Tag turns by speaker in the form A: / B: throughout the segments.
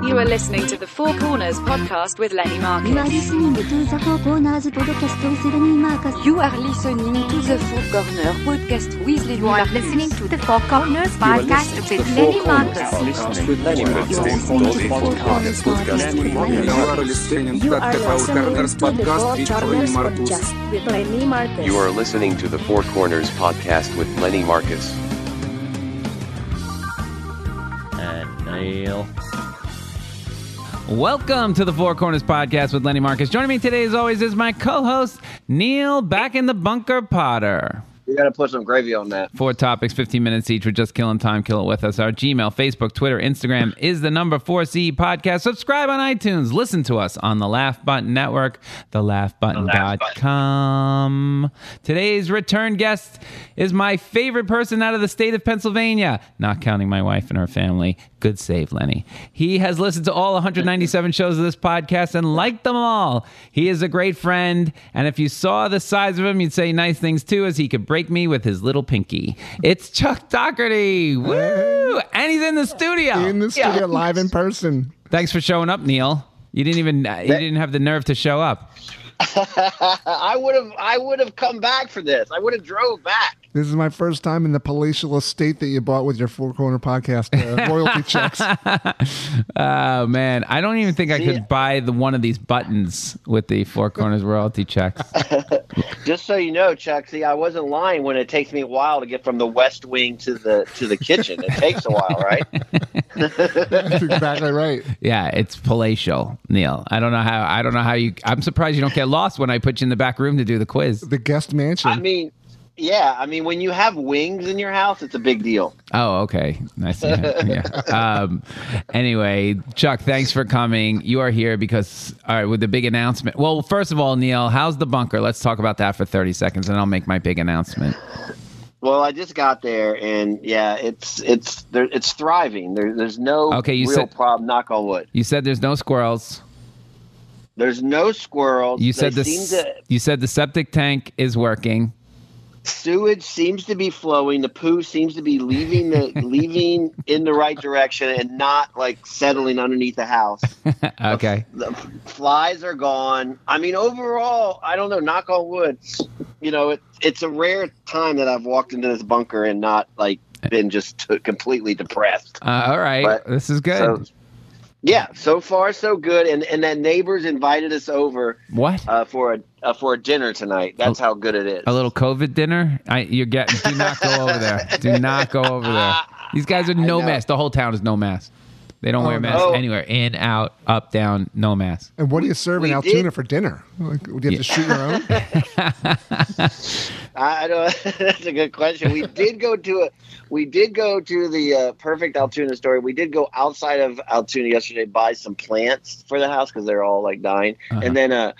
A: You are listening to the Four Corners podcast with Lenny
B: You are
A: Marcus.
B: listening to the Four Corners podcast with Lenny Marcus.
C: You are listening to the Four Corner podcast with Lenny
D: You are
C: Marcus.
D: listening to the Four Corners podcast with Lenny Marcus.
E: You are listening to the Four Corners podcast with Lenny Marcus.
F: You are listening to the Four Corners podcast with Lenny Marcus.
G: Welcome to the Four Corners Podcast with Lenny Marcus. Joining me today, as always, is my co host, Neil, back in the bunker Potter.
H: You gotta put some gravy on that.
G: Four topics, 15 minutes each. We're just killing time. Kill it with us. Our Gmail, Facebook, Twitter, Instagram is the number 4C podcast. Subscribe on iTunes. Listen to us on the Laugh Button Network, thelaughbutton.com. Today's return guest is my favorite person out of the state of Pennsylvania, not counting my wife and her family. Good save, Lenny. He has listened to all 197 shows of this podcast and liked them all. He is a great friend, and if you saw the size of him, you'd say nice things too, as he could break me with his little pinky. It's Chuck Doherty. Woo! And he's in the studio.
I: in the studio live in person.
G: Thanks for showing up, Neil. You didn't even uh, you didn't have the nerve to show up.
H: I would have, I would have come back for this. I would have drove back.
I: This is my first time in the palatial estate that you bought with your four corner podcast uh, royalty checks.
G: Oh man, I don't even think I could buy the one of these buttons with the four corners royalty checks.
H: Just so you know, Chuck. See, I wasn't lying when it takes me a while to get from the West Wing to the to the kitchen. It takes a while, right?
I: That's exactly right.
G: Yeah, it's palatial, Neil. I don't know how. I don't know how you. I'm surprised you don't get lost when I put you in the back room to do the quiz.
I: The guest mansion.
H: I mean, yeah. I mean, when you have wings in your house, it's a big deal.
G: Oh, okay. I see. Yeah. Um, anyway, Chuck, thanks for coming. You are here because all right with the big announcement. Well, first of all, Neil, how's the bunker? Let's talk about that for 30 seconds, and I'll make my big announcement.
H: Well, I just got there, and yeah, it's it's there, it's thriving. There, there's no
G: Okay, you
H: real
G: said-
H: problem. Knock on wood.
G: You said there's no squirrels.
H: There's no squirrels.
G: You
H: They
G: said the s-
H: seem to-
G: you said the septic tank is working.
H: sewage seems to be flowing the poo seems to be leaving the leaving in the right direction and not like settling underneath the house
G: Okay.
H: the f- flies are gone i mean overall i don't know knock on wood you know it, it's a rare time that i've walked into this bunker and not like been just t- completely depressed
G: Uh, all right.
H: But-
G: this is good.
H: so yeah so far so good and and then neighbors invited us over
G: what?
H: uh, for a uh, for a dinner tonight that's how good it is
G: a little COVID dinner. I, you're getting. Do not go over there. Do not go over there. These guys are no
H: know.
G: mask. The whole town is no mask. They don't wear
I: Oh, no.
G: masks
H: Oh.
G: anywhere. In, out, up, down, no mask.
I: and what are you serving
H: we
I: Altoona
H: did-
I: for dinner? Like, do you have to shoot your own?
H: I I don't. that's a good question. We did go to a, we did go to the uh, perfect Altoona story. We did go outside of Altoona yesterday, buy some plants for the house because they're all like dying.
G: Uh-huh.
H: And then, uh,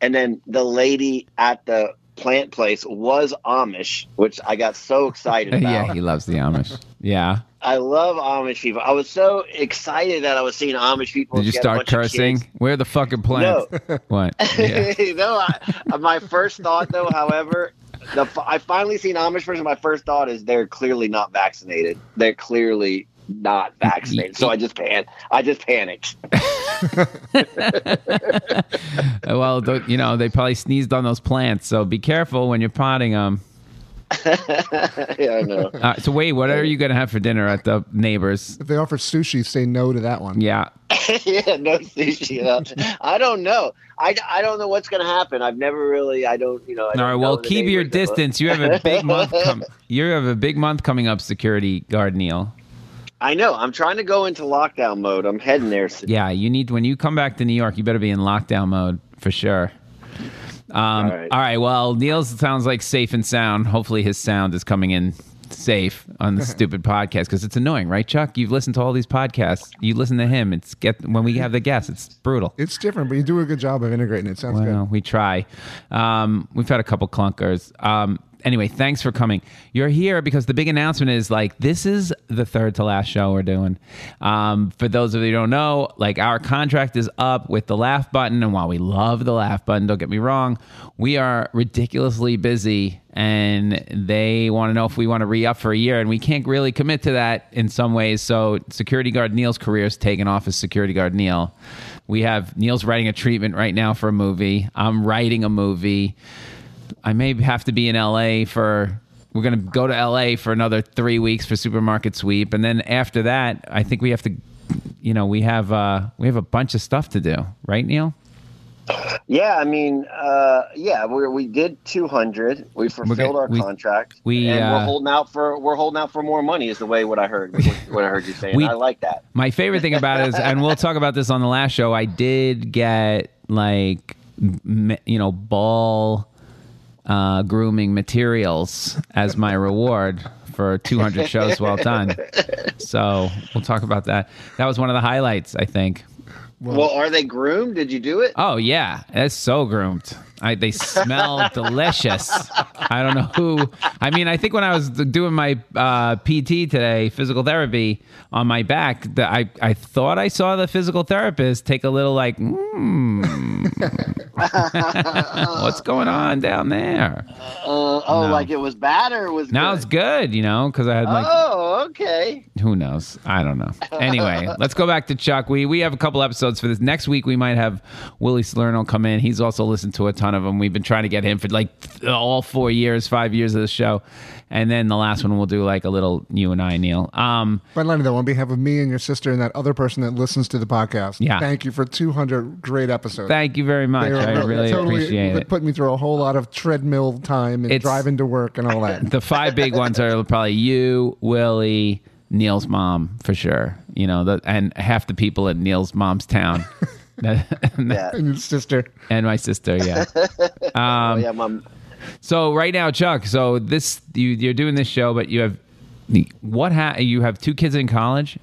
H: and then the lady at the plant place was Amish, which I got so excited about.
G: yeah, he loves the Amish. Yeah.
H: I love Amish people. I was so excited that I was seeing Amish people.
G: Did you
H: get a
G: start
H: bunch of
G: cursing?
H: kids.
G: Where are the fucking plants? What? Yeah.
H: no, I, my first thought though, however, the I finally seen Amish person. My first thought is they're clearly not vaccinated. They're clearly not vaccinated. So I just pan, I just panicked.
G: well, th- you know, they probably sneezed on those plants, so be careful when you're potting them.
H: yeah, I know.
G: Uh, so wait, what are you gonna have for dinner at the neighbors?
I: if they offer sushi, say no to that one.
G: Yeah.
H: yeah, no sushi. uh, I don't know. I, I don't know what's gonna happen. I've never really. I don't. You know. I
G: All
H: don't
G: right.
H: know
G: Well,
H: the
G: keep your
H: neighbors that much.
G: distance. You have a big month. Com- you have a big month coming up. Security guard Neil.
H: I know. I'm trying to go into lockdown mode. I'm heading
G: Um,
H: there. soon.
G: Yeah, you need when you come back to New York, you better be in lockdown mode for sure. Um, all,
H: All
G: right.
H: right.
G: Well, Neil's sounds like safe and sound. Hopefully, his sound is coming in safe on the stupid podcast because it's annoying, right, Chuck? You've listened to all these podcasts. You listen to him. It's get when we have the guests, it's brutal.
I: It's different, but you do a good job of integrating it. Sounds
G: Well, we try. Um, we've had a couple clunkers. Um, anyway, thanks for coming. You're here because the big announcement is like this is the third to last show we're doing. Um, for those of you who don't know, like our contract is up with the laugh button, and while we love the laugh button, don't get me wrong, we are ridiculously busy and they want to know if we want to re up for a year, and we can't really commit to that in some ways. So, security guard Neil's career is taken off as security guard Neil. We have Neil's writing a treatment right now for a movie. I'm writing a movie. I may have to be in LA for. We're going to go to LA for another three weeks for supermarket sweep, and then after that, I think we have to. You know, we have uh, we have a bunch of stuff to do, right, Neil?
H: Yeah, I mean, uh, yeah, we we did 200. We fulfilled
G: gonna-
H: our
G: we-
H: contract.
G: we,
H: and
G: uh,
H: we're holding out for we're holding out for more money. Is the way what I heard what I heard you saying.
G: We-
H: I like that.
G: My favorite thing about it is, and we'll talk about this on the last show. I did get like, m- you know, ball uh, grooming materials as my reward for 200 shows well done. So we'll talk about that. That was one of the highlights, I think.
H: Well, are they groomed? Did you do it?
G: Oh yeah, that's so groomed. I, they smell delicious. I don't know who. I mean, I think when I was doing my uh, PT today, physical therapy on my back, the, I I thought I saw the physical therapist take a little like, mm, what's going on down there?
H: Uh, oh, like it was bad or it was
G: Now
H: good?
G: it's good, you know, because I had like
H: Oh, okay.
G: who knows? I don't know. Anyway, let's go back to Chuck. We we have a couple episodes for this next week. We might have Willie Salerno come in. He's also listened to a ton of them. We've been trying to get him for like th- all four years, five years of the show, and then the last one we'll do like a little you and I, Neil. Um,
I: But Lenny, though, on behalf of me and your sister and that other person that listens to the podcast,
G: Yeah.
I: thank you for 200 great episodes.
G: thank you very much.
I: They were
G: I really
I: totally
G: appreciate it.
I: Put me through a whole lot of treadmill time and
G: It's-
I: driving to work and all that.
G: the five big ones are probably you, Willie, Neil's mom for sure. You know, the, and half the people in Neil's mom's town.
H: Yeah.
I: and your sister.
G: and my sister, yeah.
H: oh,
G: um,
H: yeah, mom.
G: So right now, Chuck. So this you you're doing this show, but you have what ha- you have two kids in college,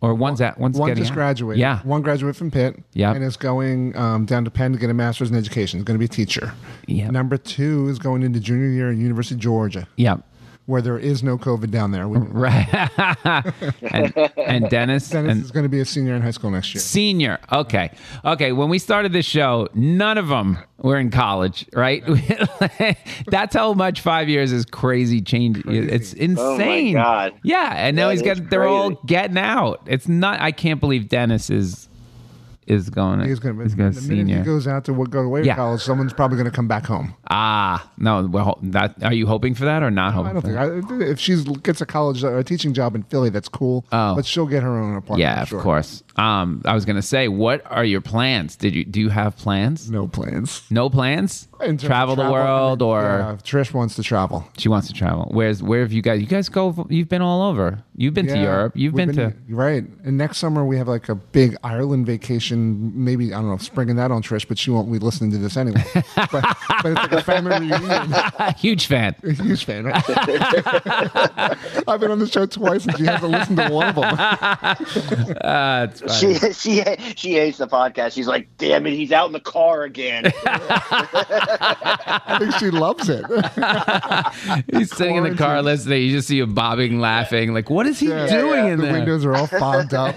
G: or one's at one's
I: One
G: getting
I: just
G: out?
I: graduated.
G: Yeah,
I: One graduate from Pitt.
G: Yep.
I: And is going um, down to Penn to get a master's in education. He's going to be a teacher.
G: Yep.
I: Number two is going into junior year at University of Georgia,
G: yeah,
I: where there is no COVID down there. We-
G: right. and, and Dennis,
I: Dennis
G: and
I: is going to be a senior in high school next year.
G: senior. Okay, okay. When we started this show, none of them were in college, right? That's how much five years is crazy change. It's
H: Oh, my
G: insane.
H: God.
G: Yeah, and now
H: That
G: he's
H: is
G: got. They're all
H: crazy.
G: getting out. It's not. I can't believe Dennis is. Is going.
I: He's going to.
G: he's
I: The
G: going
I: minute
G: senior.
I: he goes out to w- go away
G: Yeah.
I: to college, someone's probably going to come back home.
G: Ah, no. Well, that are you hoping for that or not hoping?
I: I don't
G: for
I: think.
G: that?
I: I, if she gets a college or a teaching job in Philly, that's cool.
G: Oh.
I: But she'll get her own apartment.
G: yeah,
I: sure.
G: of course. Um, I was gonna say, what are your plans? Did you do you have plans?
I: No plans.
G: No plans.
I: In terms of
G: Travel the world,
I: I mean,
G: or
I: yeah, Trish wants to travel.
G: she wants to travel. Where's where have you guys? You guys go. You've been all over. You've been to
I: Yeah,
G: Europe. You've
I: we've
G: been, to.
I: right. And next summer we have like a big Ireland vacation. Maybe I don't know, springing that on Trish, but she won't be listening to this anyway. but, but it's like a family reunion.
G: huge fan.
I: Huge fan, right? I've been on the show twice, and she hasn't listened to one of them.
H: She she she hates the podcast. She's like, damn it, he's out in the car again.
I: I think she loves it.
G: He's sitting in the car
I: Quarantine.
G: listening. You just see him bobbing, laughing. Like, what is he
I: Yeah.
G: doing in
I: the
G: there?
I: windows are all fogged up.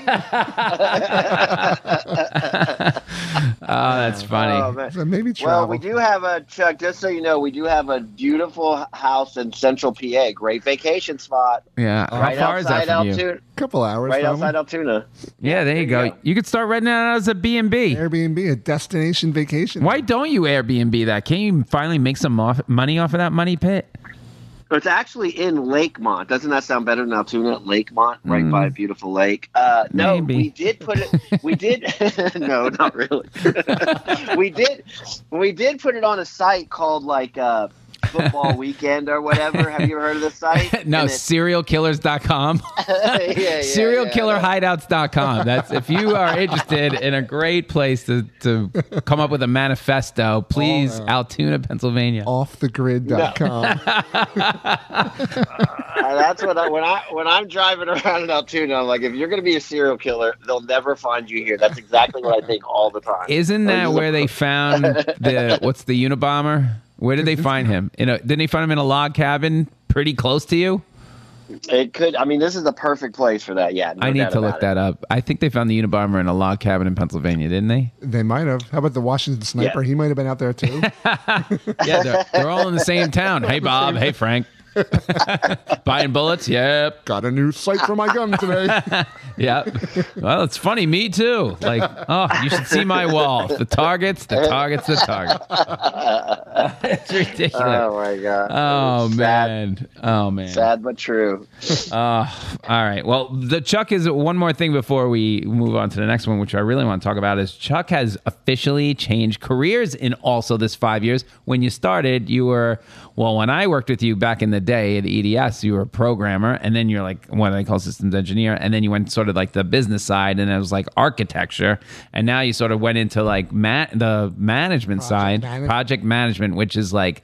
G: Oh, that's funny.
H: Oh, man.
I: So maybe travel.
H: Well, we do have a Chuck. Just so you know, we do have a beautiful h- house in Central PA. Great vacation spot.
G: yeah.
H: Right
G: How far is
H: outside
G: that from you?
H: Altoona.
I: couple hours.
H: Right
I: from
H: outside Altoona.
G: Yeah, there you go.
H: you go.
G: You could start renting it out as a B and B.
I: Airbnb, a destination vacation.
G: Why don't you Airbnb that? Can't you finally make some off- money off of that money pit?
H: It's actually in Lakemont. Doesn't that sound better than Altoona? Lakemont, right by a beautiful lake. Uh, no,
G: Mm. Maybe.
H: we did put it. We did. no, not really. we did. We did put it on a site called like uh, Football Weekend or whatever. Have you ever heard of this site?
G: No,
H: And it-
G: serialkillers.com.
H: yeah, yeah, yeah.
G: Serialkillerhideouts.com. That's if you are interested in a great place to, to come up with a manifesto, please
H: Oh,
G: Altoona, Pennsylvania.
I: Offthegrid.com.
H: Uh, that's what I, when I when I'm driving around in Altoona, I'm like, if you're going to be a serial killer, they'll never find you here. That's exactly what I think all the time.
G: Isn't that where they found the what's the Unabomber? Where did they find him? In a, didn't they find him in a log cabin pretty close to you?
H: It could. I mean, this is the perfect place for that. Yeah, no
G: I need
H: doubt
G: to
H: about
G: look
H: it.
G: that up. I think they found the Unabomber in a log cabin in Pennsylvania, didn't they?
I: They might have. How about the Washington sniper?
H: Yeah.
I: He might have been out there too.
G: Yeah, they're, they're all in the same town. Hey, Bob. Hey, Frank. Buying bullets. Yep.
I: Got a new sight for my gun today.
G: Yep. Well, it's funny. Me too. Like, oh, you should see my wall. The targets, the targets, the targets. it's ridiculous.
H: Oh my god.
G: Oh,
H: Sad-
G: man. Oh, man.
H: Sad but true.
G: Uh, all right. Well, the Chuck is one more thing before we move on to the next one, which I really want to talk about is Chuck has officially changed careers in also this five years. When you started, you were well. When I worked with you back in the day at EDS, you were a programmer, and then you're like what they call systems engineer, and then you went sort of like the business side, and it was like architecture, and now you sort of went into like ma- the management side,
I: management.
G: project management, which is like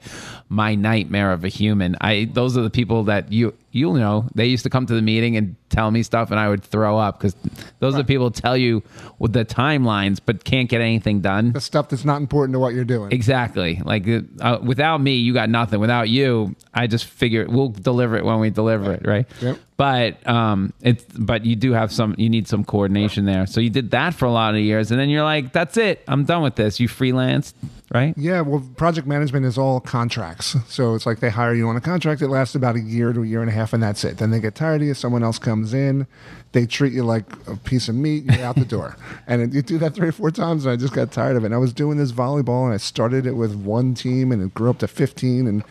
G: my nightmare of a human. I those are the people that you you'll know. They used to come to the meeting and tell me stuff, and I would throw up because those are the people who tell you with the timelines, but can't get anything done.
I: the stuff that's not important to what you're doing.
G: Exactly. Like uh, without me, you got nothing. Without you, I just figure we'll deliver it when we deliver it, right?
I: Yep.
G: But um, it's but you do have some. You need some coordination there. So you did that for a lot of years, and then you're like, "That's it. I'm done with this." You freelanced, right?
I: Yeah, well, project management is all contracts. So it's like they hire you on a contract that lasts about a year to a year and a half, and that's it. Then they get tired of you. Someone else comes in. They treat you like a piece of meat. You're out the door. And you do that three or four times, and I just got tired of it. And I was doing this volleyball, and I started it with one team, and it grew up to 15. And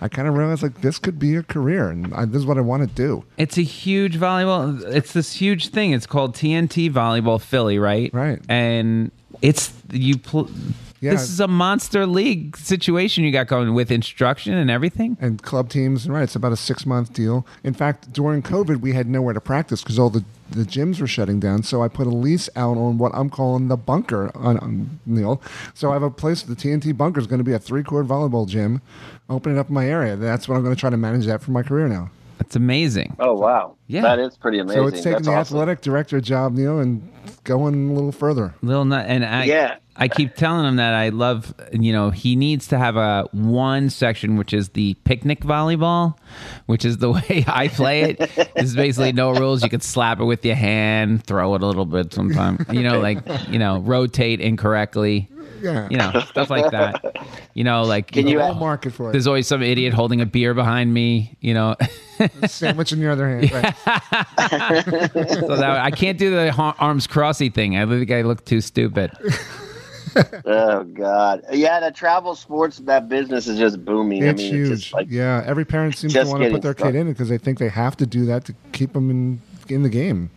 I: I kind of realized, like, this could be a career, and I, this is what I want to do.
G: It's a huge volleyball. It's this huge thing. It's called TNT Volleyball Philly, right?
I: Right.
G: And it's you. Pl-
I: Yeah.
G: This is a monster league situation you got going with instruction and everything.
I: and club teams. And right, it's about a six month deal. In fact, during COVID, we had nowhere to practice because all the, the gyms were shutting down. So I put a lease out on what I'm calling the bunker on, on Neil. So I have a place. The TNT bunker is going to be a three court volleyball gym. Open it up in my area. That's what I'm going to try to manage that for my career now.
G: That's amazing.
H: Oh wow.
G: Yeah.
H: That is pretty amazing.
I: So it's taking
H: That's
I: the
H: awesome.
I: athletic director job, Neil, and going a little further.
G: Little nut, and I,
H: Yeah.
G: I keep telling him that I love, you know, he needs to have a one section which is the picnic volleyball, which is the way I play it. There's basically no rules. You could slap it with your hand, throw it a little bit sometime, you know, like you know, rotate incorrectly,
I: Yeah.
G: you know, stuff like that. You know, like
H: Can you
I: Whole market for
G: There's
I: it.
G: always some idiot holding a beer behind me, you know.
I: Sandwich in your other hand. Right.
G: so that I can't do the ha- arms crossy thing. I think I look too stupid.
H: Oh god. Yeah, the travel sports that business is just booming.
I: It's
H: I mean,
I: huge.
H: It's just like,
I: yeah, every parent seems to
H: just
I: want to put
H: getting
I: their
H: stuck.
I: kid in it because they think they have to do that to keep them in in the game.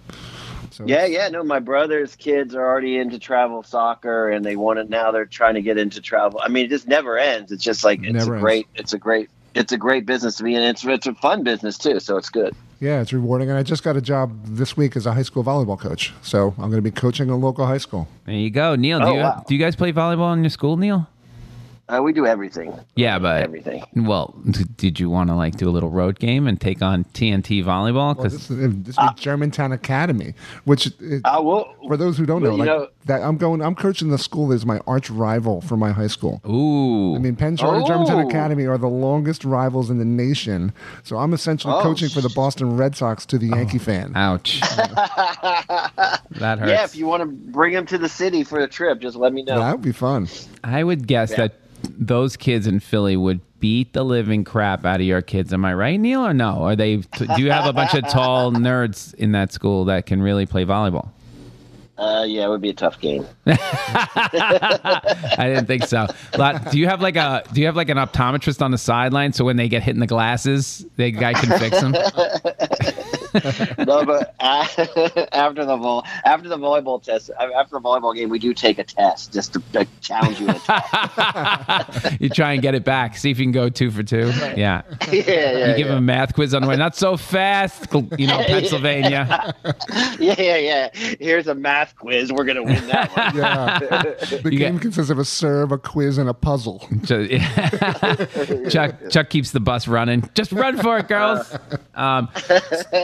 I: So
H: Yeah, yeah. No, my brother's kids are already into travel soccer, and they want to now. They're trying to get into travel. I mean, it just never ends. It's just like it's
I: Never
H: a
I: ends.
H: great. It's a great. It's a great business to be in. It's it's a fun business too, so it's good.
I: yeah, it's rewarding. And I just got a job this week as a high school volleyball coach, so I'm going to be coaching a local high school.
G: There you go, Neil. Do
H: Oh,
G: you
H: wow.
G: do you guys play volleyball in your school, Neil?
H: Uh, we do everything.
G: Yeah, but
H: Everything.
G: Well, d- did you want to like do a little road game and take on TNT volleyball?
I: Well,
G: 'Cause-
I: this is, uh, this is Germantown Academy, which it,
H: Uh, well,
I: for those who don't know,
H: well,
I: like
H: you
I: that I'm going, I'm coaching the school that is my arch rival for my high school.
G: ooh,
I: I mean, Penn Shore and Germantown
H: Oh.
I: Academy are the longest rivals in the nation. So I'm essentially
H: Oh,
I: coaching for the Boston Red Sox to the Yankee fan.
G: ouch, that hurts.
H: yeah. If you want to bring them to the city for a trip, just let me know.
I: That would be fun.
G: I would guess that those kids in Philly would beat the living crap out of your kids. Am I right, Neil? Or no? Are they? T- do you have a bunch of tall nerds in that school that can really play volleyball?
H: Uh, yeah, it would be a tough game.
G: I didn't think so. Lot- do you have like a do you have like an optometrist on the sideline so when they get hit in the glasses, the guy can fix them?
H: no, but uh, after the vol- after the volleyball test, after the volleyball game, we do take a test just to like, challenge you. In a test.
G: you try and get it back. See if you can go two for two. Yeah.
H: yeah, yeah,
G: You give
H: yeah.
G: him a math quiz on the way. Not so fast, gl- you know, Pennsylvania.
H: yeah, yeah, yeah. Here's a math quiz. We're gonna win that one.
I: Yeah. The
G: You
I: game
G: get-
I: consists of a serve, a quiz, and a puzzle.
G: So- Chuck Chuck keeps the bus running. Just run for it, girls. Um,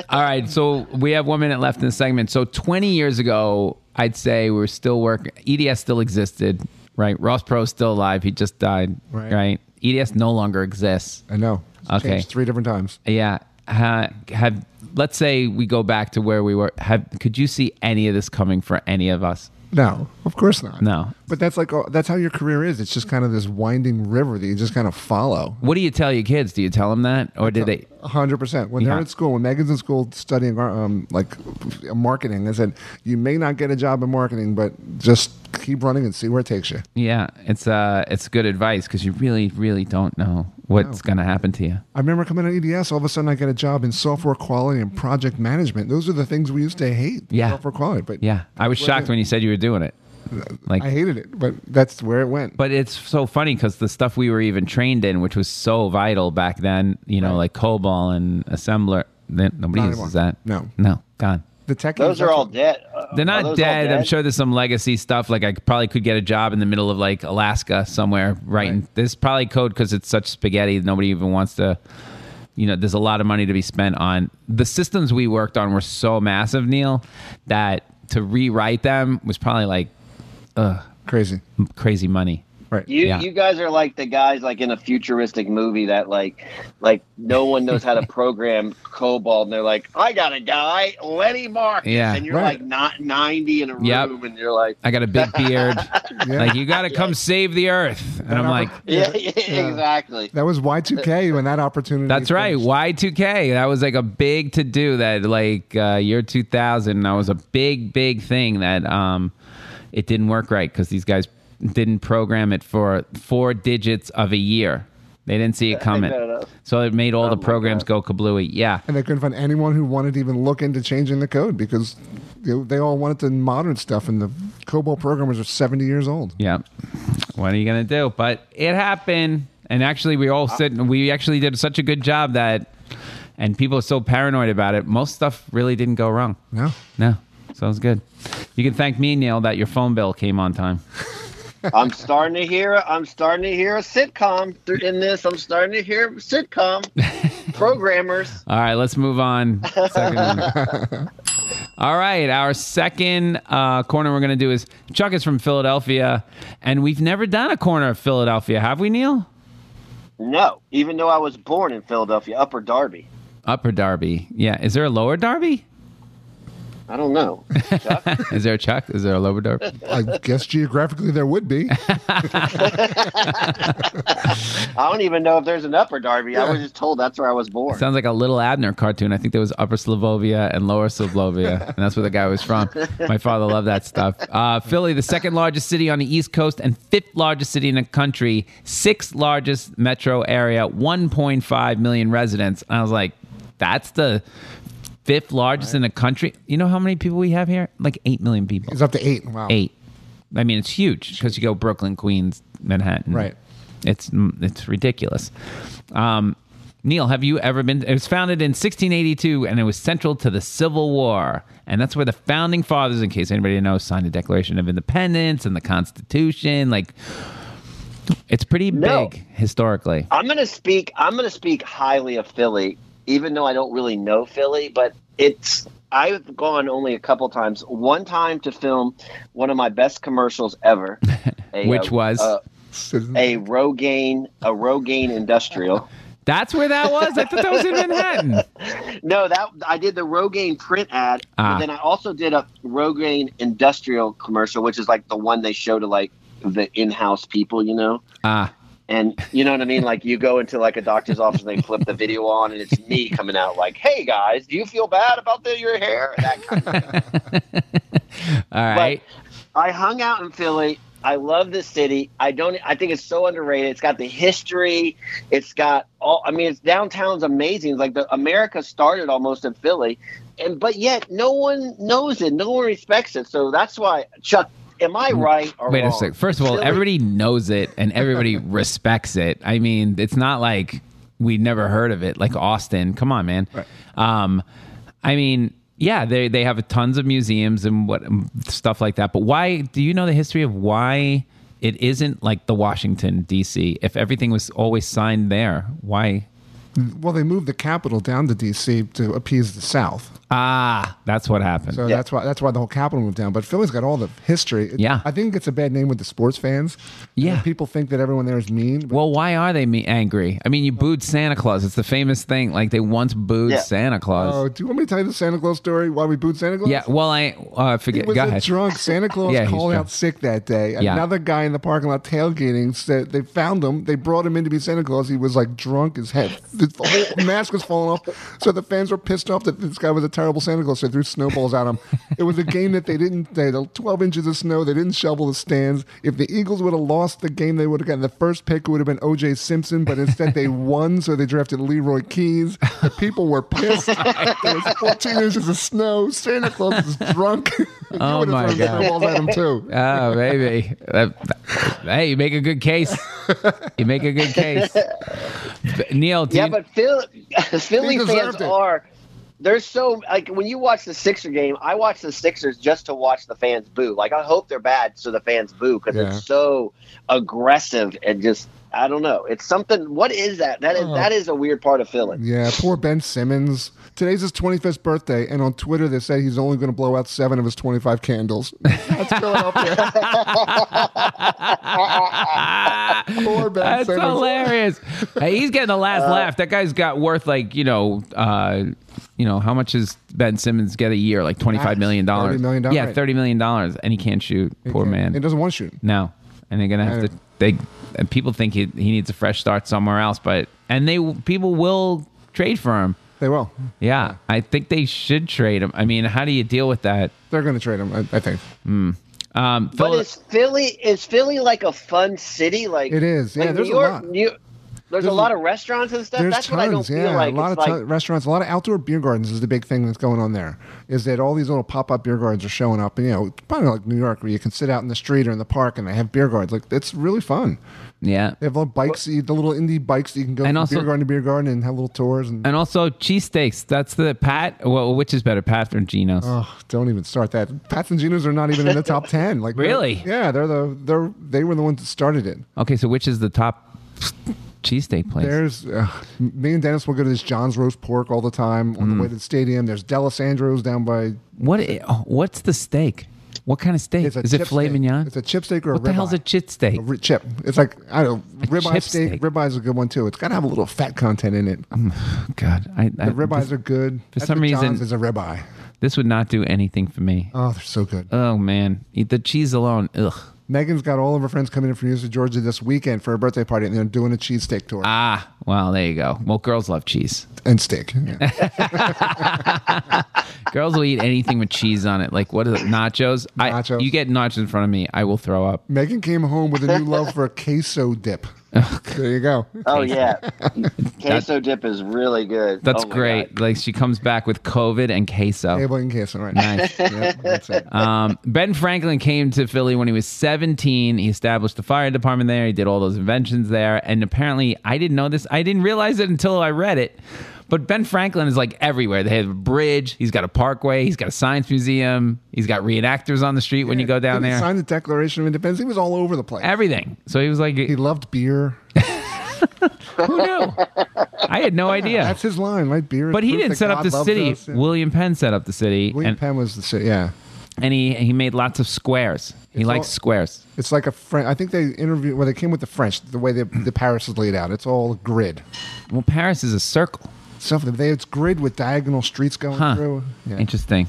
G: all right, so we have one minute left in the segment. So 20 years ago, I'd say E we were still working. EDS still existed, right? Ross Pro still alive. He just died,
I: Right.
G: right? EDS no longer exists.
I: I know. It's
G: Okay.
I: changed three different times.
G: Yeah. Ha, have let's say we go back to where we were. Have could you see any of this coming for any of us?
I: No, of course not.
G: No.
I: But that's like oh, that's how your career is. It's just kind of this winding river that you just kind of follow.
G: What do you tell your kids? Do you tell them that, or did they?
I: A hundred percent. When they're
G: Yeah.
I: at school, when Megan's in school studying um, like marketing, I said you may not get a job in marketing, but just keep running and see where it takes you.
G: Yeah, it's uh, it's good advice because you really, really don't know what's gonna happen to you.
I: I remember coming to EDS, all of a sudden I get a job in software quality and project management. Those are the things we used to hate.
G: Yeah.
I: software quality, but
G: Yeah, I was shocked when you said you were doing it. Like,
I: Uh, I hated it. But that's where it went.
G: but it's so funny because the stuff we were even trained in, which was so vital back then, you know, like COBOL and assembler. Then nobody
I: Not
G: uses
I: anymore.
G: that.
I: No.
G: no, gone.
I: the tech
H: Those are all dead. Uh,
G: They're
H: are
G: not
H: those all
G: dead. I'm sure there's some legacy stuff. Like I probably could get a job in the middle of like Alaska somewhere writing. There's probably code because it's such spaghetti. Nobody even wants to. You know, there's a lot of money to be spent on the systems we worked on were so massive, Neil, that to rewrite them was probably like
I: crazy.
G: crazy money.
I: Right.
H: You
G: Yeah.
H: you guys are like the guys like in a futuristic movie that like like no one knows how to program COBOL and they're like I got a guy Lenny Marcus
G: Yeah,
H: and you're
I: right.
H: like not ninety in a room
G: Yep.
H: and you're like
G: I got a big beard.
I: Yeah.
G: Like you got to come save the earth, and I'm like,
H: yeah, exactly
I: Uh, That was Y2K when that opportunity.
G: That's right.
I: finished.
G: Y2K. That was like a big to do that like uh, year 2000. That was a big, big thing that um, it didn't work right because these guys didn't program it for four digits of a year. They didn't see it coming.
H: know that.
G: So it made all the programs go kablooey. Yeah.
I: and they couldn't find anyone who wanted to even look into changing the code because they, they all wanted the modern stuff, and the COBOL programmers are 70 years old.
G: Yeah. What are you going to do? But it happened. And actually, we all sit and we actually did such a good job that, and people are so paranoid about it, most stuff really didn't go wrong.
I: No.
G: No, sounds good. You can thank me, Neil, that your phone bill came on time.
H: I'm starting to hear I'm starting to hear a sitcom th- in this I'm starting to hear sitcom programmers
G: All right, let's move on. Second- All right, our second uh, corner we're going to do is Chuck is from Philadelphia, and we've never done a corner of Philadelphia, have we, Neil?
H: no even though I was born in Philadelphia Upper Darby
G: Upper Darby. Yeah. Is there a lower Darby?
H: I don't know
G: Is there a Chuck? Is there a lower Darby?
I: I guess geographically there would be.
H: I don't even know if there's an Upper Darby I was just told that's where I was born
G: Sounds like a little Abner cartoon. I think there was Upper Slovovia and Lower Slovovia, and that's where the guy was from. My father loved that stuff. Uh, Philly, the second largest city on the East Coast and fifth largest city in the country, sixth largest metro area, 1.5 million residents. And I was like, that's the fifth largest in the country. You know how many people we have here? Like 8 million people.
I: It's up to eight. Wow.
G: Eight. I mean, it's huge because you go Brooklyn, Queens, Manhattan.
I: Right.
G: It's mm, it's ridiculous. Um, Neil, have you ever been? It was founded in 1682, and it was central to the Civil War, and that's where the founding fathers, in case anybody knows, signed the Declaration of Independence and the Constitution. Like, it's pretty
H: No.
G: big historically.
H: I'm gonna speak. I'm gonna speak highly of Philly, even though I don't really know Philly. But it's I've gone only a couple times. One time to film one of my best commercials ever, a,
G: Which was?
H: uh,
I: Citizen-
H: a Rogaine, a Rogaine Industrial.
G: That's where that was. I thought that was in Manhattan.
H: No, that I did the Rogaine print ad,
G: Ah.
H: but then I also did a Rogaine Industrial commercial, which is like the one they show to like the in-house people, you know.
G: Ah,
H: And you know what I mean? Like you go into like a doctor's office and they flip the video on and it's me coming out like, "Hey guys, do you feel bad about the, your hair?" That kind of-
G: all right.
H: I hung out in Philly. I love this city. I don't. I think it's so underrated. It's got the history. It's got all. I mean, it's downtown's amazing. It's like the America started almost in Philly, and but yet no one knows it. No one respects it. So that's why Chuck. Am I right or
G: Mm-hmm. Wait a
H: wrong?
G: sec. First of all,
H: Philly-
G: everybody knows it and everybody respects it. I mean, it's not like we never heard of it, like Austin. Come on, man. Um, I mean, yeah, they they have tons of museums and what stuff like that. But why do you know the history of why it isn't like the Washington D.C. If everything was always signed there, why?
I: Well, they moved the capital down to D.C. to appease the South.
G: Ah, that's what happened.
I: So that's why that's why the whole capital moved down. But Philly's got all the history. It-
G: Yeah.
I: I think it's a bad name with the sports fans.
G: Yeah.
I: people think that everyone there is mean. But
G: well, why are they me angry? I mean, you booed Santa Claus. It's the famous thing. Like they once booed
H: Yeah.
G: Santa Claus.
I: oh, do you want me to tell you the Santa Claus story? Why we booed Santa Claus?
G: yeah. Well, I uh,
I: He
G: forget.
I: was
G: Go
I: a
G: ahead.
I: drunk. Santa Claus
G: Yeah, he's
I: called
G: drunk.
I: out sick that day.
G: Yeah.
I: Another guy in the parking lot tailgating said they found him. They brought him in to be Santa Claus. He was like drunk as heck. The whole mask was falling off. So the fans were pissed off that this guy was a terrible Santa Claus. So they threw snowballs at him. It was a game that they didn't. They had 12 inches of snow. They didn't shovel the stands. If the Eagles would have lost the game, they would have gotten the first pick. It would have been O.J. Simpson, but instead they won. So they drafted Leroy Keys. The people were
G: Oh
I: pissed. there was 14 inches of snow. Santa Claus was drunk. You
G: Oh,
I: would've
G: my
I: thrown
G: God.
I: snowballs at him, too.
G: Oh, baby. That- that- hey, you make a good case. You make a good case. But, Neil, do
H: Yeah,
G: you-
H: but Phil, Philly fans
I: deserved it.
H: are. They're so like when you watch the Sixer game. I watch the Sixers just to watch the fans boo. Like I hope they're bad so the fans boo because
I: Yeah.
H: it's so aggressive and just I don't know. It's something. What is that? That is that is a weird part of Philly.
I: Oh. Yeah, poor Ben Simmons. Today's his 25th birthday, and on Twitter they say he's only going to blow out seven of his 25 candles. That's Philadelphia. poor Ben
G: That's
I: Simmons.
G: hilarious. Hey, he's getting the last laugh. That guy's got worth like you know, uh, you know how much does Ben Simmons get a year? Like twenty five million dollars.
I: $30 million,
G: Yeah,
I: right.
G: thirty million dollars, and he can't shoot. Poor man.
I: He doesn't want to shoot.
G: No, and they're gonna have to. They and people think he he needs a fresh start somewhere else, but and they people will trade for him.
I: They will.
G: Yeah, I think they should trade him. I mean, how do you deal with that?
I: They're going to trade him, I, I think.
G: Um,
H: But
G: Phil-
H: is Philly is Philly like a fun city? Like
I: It is. Yeah,
H: like
I: there's
H: New
I: a
H: York,
I: lot.
H: New, there's, a
I: There's-
H: lot of restaurants and stuff.
I: There's
H: That's
I: tons,
H: what I don't
I: yeah.
H: feel like.
I: a lot
H: It's
I: of
H: like-
I: ton- restaurants, a lot of outdoor beer gardens is the big thing that's going on there. Is that all these little pop up beer gardens are showing up? And, you know, probably like New York, where you can sit out in the street or in the park and they have beer gardens. Like it's really fun.
G: yeah,
I: They have little bikes, you- the little indie bikes that you can go
G: And
I: from
G: also-
I: beer garden to beer garden and have little tours. And,
G: and also cheesesteaks. That's the Pat. Well, which is better, Pat or Geno's?
I: oh, don't even start that. Pats and Geno's are not even in the top ten. Like they're-
G: Really?
I: Yeah, they're the they're they were the ones that started it.
G: Okay, so which is the top cheesesteak place?
I: There's uh, me and Dennis will go to this John's roast pork all the time on
G: Mm.
I: the way to the stadium. There's Delisandro's down by.
G: What? i- oh, What's the steak? What kind of steak?
I: It's a
G: is it
I: chip
G: filet
I: steak.
G: mignon?
I: It's a chip steak or
G: what
I: a
G: the hell's
I: ribeye.
G: a chit steak?
I: A ri- chip. It's like I don't ribeye
G: chip
I: steak.
G: steak.
I: Ribeye's a good one too. It's got to have a little fat content in it.
G: God, I, I,
I: The ribeyes
G: this,
I: are good.
G: for
I: At
G: some
I: the
G: reason-
I: John's is a ribeye.
G: this would not do anything for me.
I: Oh, they're so good.
G: Oh man, Eat the cheese alone. Ugh.
I: Megan's got all of her friends coming in from University of Georgia this weekend for her birthday party, and they're doing a cheesesteak tour
G: Ah, well, there you go. Well, girls love cheese.
I: and steak. Yeah.
G: Girls will eat anything with cheese on it. Like what is it? Nachos. I,
I: Nachos.
G: you get nachos in front of me, I will throw up.
I: Megan came home with a new love for a queso dip. there you go.
H: Oh yeah, queso dip is really good.
G: That's
H: Oh, my
G: great.
H: God.
G: Like she comes back with COVID and queso.
I: Table and queso, right?
G: Nice.
I: Yep, that's it.
G: Um, ben Franklin came to Philly when he was 17. He established the fire department there. He did all those inventions there. And apparently, I didn't know this. I didn't realize it until I read it. But Ben Franklin is like everywhere. They have a bridge. He's got a parkway. He's got a science museum. He's got reenactors on the street when you go down
I: Didn't he
G: there.
I: Signed the Declaration of Independence. He was all over the place.
G: Everything. So he was like,
I: he
G: who
I: loved beer.
G: knew? I had no idea.
I: That's his line, right? Beer. is
G: But he
I: proof
G: didn't
I: that
G: set up
I: God
G: the
I: loves
G: city.
I: us. Yeah.
G: William Penn set up the city.
I: William
G: and
I: Penn was the city. Yeah.
G: and he, he made lots of squares. He
I: It's
G: likes
I: all-
G: squares.
I: It's like a French. I think they interviewed. Well, they came with the French. The way the the Paris is laid out, it's all grid.
G: Well, Paris is a circle.
I: Something. They it's grid with diagonal streets going
G: Huh.
I: through. Yeah.
G: Interesting.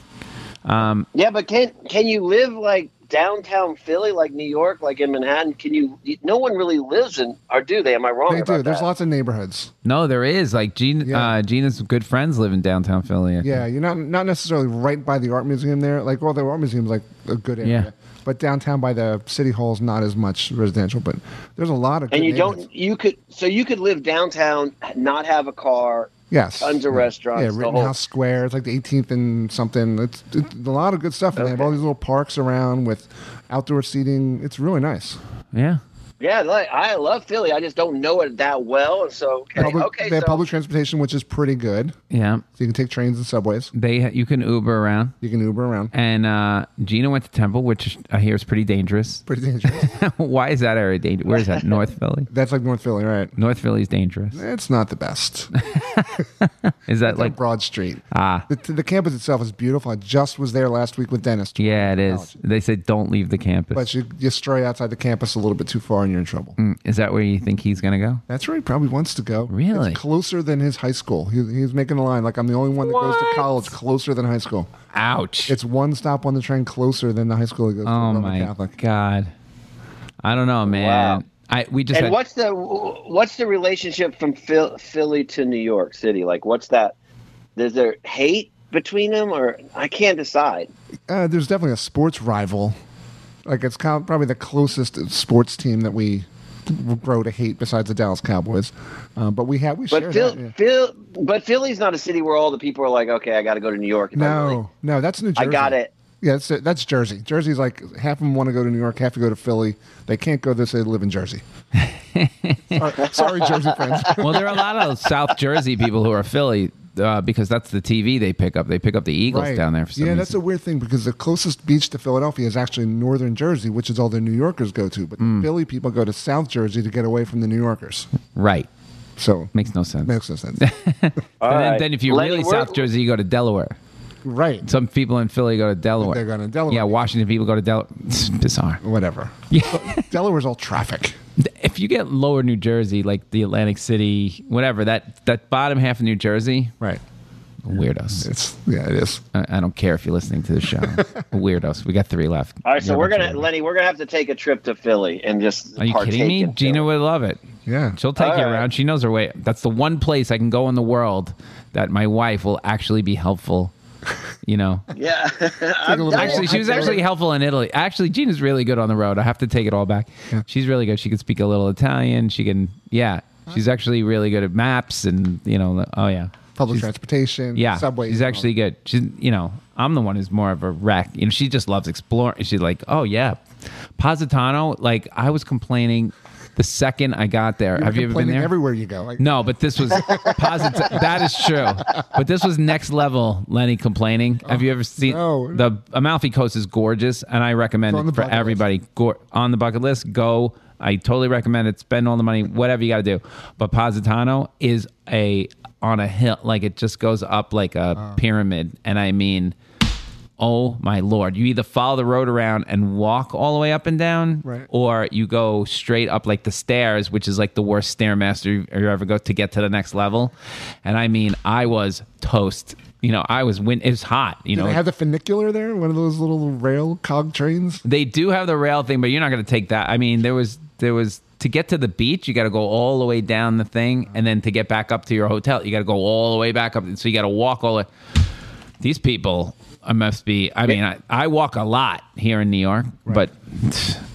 H: Yeah, but can can you live like downtown Philly, like New York, like in Manhattan? Can you? No one really lives in, or do they? Am I wrong?
I: They
H: about
I: do. There's
H: that?
I: lots of neighborhoods.
G: No, there is. Like Gene,
I: Yeah.
G: uh, Gina's good friends live in downtown Philly. I think.
H: Mm.
I: Yeah, you're not not necessarily right by the art museum there. Like, well, the art museum's like a good area,
G: Yeah.
I: but downtown by the city hall's not as much residential. But there's a lot of.
H: And
I: good
H: you don't.
I: neighborhoods.
H: You could. So you could live downtown, not have a car.
I: Yes.
H: Tons of
I: Yeah.
H: restaurants,
I: Yeah,
H: the
I: Rittenhouse
H: whole-
I: Square. It's like the 18th and something. It's, it's a lot of good stuff, and they have all these little parks around with outdoor seating. It's really nice.
G: Yeah.
H: Yeah, like, I love Philly. I just don't know it that well. And so, okay,
I: Public,
H: okay,
I: they have
H: so-
I: public transportation, which is pretty good.
G: Yeah,
I: So you can take trains and subways.
G: they you can Uber around.
I: You can Uber around.
G: And uh, Gina went to Temple, which I hear is pretty dangerous.
I: Pretty dangerous.
G: Why is that area dangerous? Where is that? North Philly.
I: That's like North Philly, right?
G: North Philly's dangerous.
I: It's not the best.
G: Is that like
I: like Broad Street.
G: ah?
I: The, the campus itself is beautiful. I just was there last week with Dennis.
G: Yeah, it is. They say don't leave the campus.
I: But you, you stray outside the campus a little bit too far and you're in trouble.
G: is that where you think he's gonna go?
I: That's where he probably wants to go.
G: Really?
I: It's closer than his high school. He, he's making a line like, I'm the only one that goes to college closer than high school.
G: Ouch!
I: It's one stop on the train closer than the high school he goes to.
G: oh
I: Roman
G: my
I: Catholic.
G: god! I don't know, man.
H: Wow.
G: I we just
H: and
G: had-
H: what's the what's the relationship from Phil- Philly to New York City? Like, what's that? Is there hate between them, or I can't decide.
I: Uh, there's definitely a sports rival. Like it's kind of probably the closest sports team that we grow to hate besides the Dallas Cowboys. Uh, but we have we share
H: But Phil,
I: that. yeah.
H: Phil, but Philly's not a city where all the people are like, okay, I got to go to New York. if I really-
I: No, no, that's New
H: I
I: Jersey.
H: got it.
I: Yeah, that's, that's Jersey. Jersey's like half of them want to go to New York, half to go to Philly. They can't go there, so they live in Jersey. sorry, sorry, Jersey friends.
G: well, there are a lot of South Jersey people who are Philly uh, because that's the TV they pick up. They pick up the Eagles
I: Right.
G: down there. For some
I: yeah,
G: reason.
I: that's a weird thing because the closest beach to Philadelphia is actually northern Jersey, which is all the New Yorkers go to. But
G: Mm.
I: Philly people go to South Jersey to get away from the New Yorkers.
G: right.
I: So
G: Makes no sense.
I: makes no sense.
H: All
G: and then,
H: right.
G: then if you're
H: Lenny,
G: really
H: we're-
G: South Jersey, you go to Delaware.
I: right.
G: Some people in Philly go to Delaware.
I: They're going to Delaware.
G: Yeah, Washington people go to Delaware. It's bizarre.
I: whatever. Delaware's all traffic.
G: If you get lower New Jersey, like the Atlantic City, whatever that that bottom half of New Jersey,
I: Right.
G: weirdos.
I: It's yeah, it is.
G: I, I don't care if you're listening to the show, weirdos. We got three left.
H: All right, so
G: You're
H: we're
G: about
H: gonna, Lenny, we're gonna have to take a trip to Philly and just.
G: Are you
H: partake
G: kidding me?
H: in
G: Gina
H: Philly.
G: would love it.
I: Yeah.
G: She'll take
H: All
G: you
H: right.
G: around. She knows her way. That's the one place I can go in the world that my wife will actually be helpful. You know,
H: Yeah,
I: a little
H: I'm
I: bit-
G: actually, she was actually helpful in Italy. Actually, Gina's really good on the road. I have to take it all back. She's really good. She can speak a little Italian. She can, yeah. She's actually really good at maps and you know, the- oh yeah,
I: Public transportation.
G: yeah.
I: Subway.
G: She's actually good. She's, you know, I'm the one who's more of a wreck. You know, she just loves exploring. She's like, oh yeah, Positano. Like I was complaining the second I got there. Have you ever been
I: complaining
G: there?
I: Everywhere you go. Like,
G: No, but this was positive. that is true. But this was next level Lenny complaining. Have you ever seen
I: no.
G: the Amalfi Coast is gorgeous and I recommend
I: It's on
G: it
I: the
G: for
I: bucket list.
G: everybody. Go, on the bucket list, go. I totally recommend it. Spend all the money, whatever you got to do. But Positano is a on a hill like it just goes up like a pyramid and I mean Oh my lord! You either follow the road around and walk all the way up and down,
I: Right.
G: or you go straight up like the stairs, which is like the worst stairmaster you you ever go to get to the next level. And I mean, I was toast. You know, I was win. It was hot. You
I: Do
G: know,
I: they have the funicular there? One of those little rail cog trains?
G: they do have the rail thing, but you're not going to take that. I mean, there was there was to get to the beach, you got to go all the way down the thing, and then to get back up to your hotel, you got to go all the way back up. So you got to walk all the. These people, I must be. I mean, I, I walk a lot here in New York, but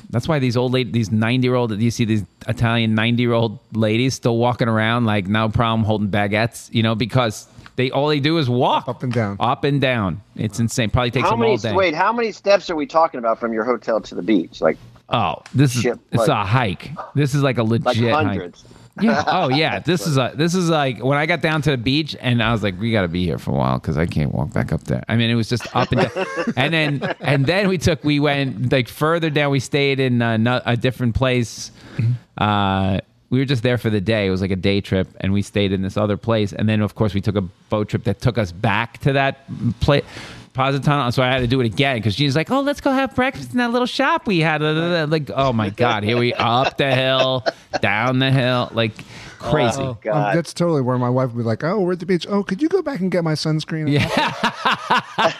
G: that's why these old lady, these ninety year old, you see these Italian ninety year old ladies still walking around like no problem holding baguettes, you know, because they all they do is walk
I: Up and down.
G: up and down. It's insane. Probably takes
H: How
G: them
H: many?
G: all day.
H: Wait, how many steps are we talking about from your hotel to the beach? Like,
G: Oh, this is
H: Shit,
G: it's
H: like-
G: a hike. This is like a legit
H: like
G: hike.
H: hundreds.
G: Yeah. Oh yeah. This is a this is like when I got down to the beach and I was like, we got to be here for a while because I can't walk back up there. I mean, it was just up and down. and then and then we took we went like further down. We stayed in a, no- a different place.
H: Mm-hmm.
G: Uh, we were just there for the day. It was like a day trip, and we stayed in this other place. And then of course we took a boat trip that took us back to that place. Positano, so I had to do it again because she's like, "Oh, let's go have breakfast in that little shop we had." Like, oh my god, here we up the hill, down the hill, like crazy.
I: Um,
H: oh, God.
I: that's totally where my wife would be like, oh, we're at the beach. Oh, could you go back and get my sunscreen?
G: Yeah.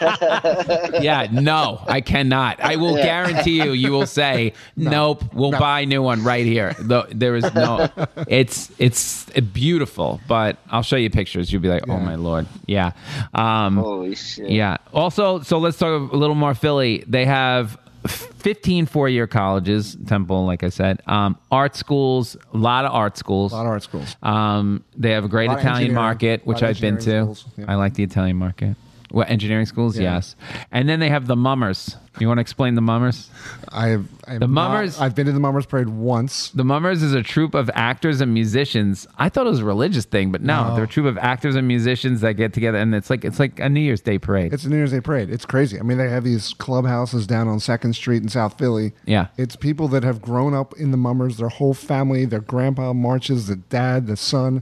G: yeah, no, I cannot. I will guarantee you, you will say, nope, we'll buy a new one right here. Though There is no, it's, it's beautiful, but I'll show you pictures. You'll be like, oh my Lord. Yeah. Um,
H: Holy shit!
G: yeah. Also, so let's talk a little more Philly. They have 15 four year colleges, Temple, like I said, um, art schools, a lot of art schools.
I: A lot of art schools.
G: Um, they have a great
I: A lot of
G: Italian
I: engineering-
G: market,
I: a lot
G: which
I: of
G: I've been to.
I: engineering schools, yeah.
G: I like the Italian market. Well, engineering schools,
I: Yeah.
G: yes. And then they have the mummers. You want to explain the Mummers?
I: I have I have
G: The
I: not-
G: Mummers-
I: I've been to the Mummers Parade once.
G: The Mummers is a troupe of actors and musicians. I thought it was a religious thing, but no, they're a troupe of actors and musicians that get together, and it's like it's like a New Year's Day parade.
I: It's a New Year's Day parade. It's crazy. I mean, they have these clubhouses down on Second Street in South Philly.
G: Yeah.
I: it's people that have grown up in the Mummers. Their whole family, their grandpa marches, the dad, the son.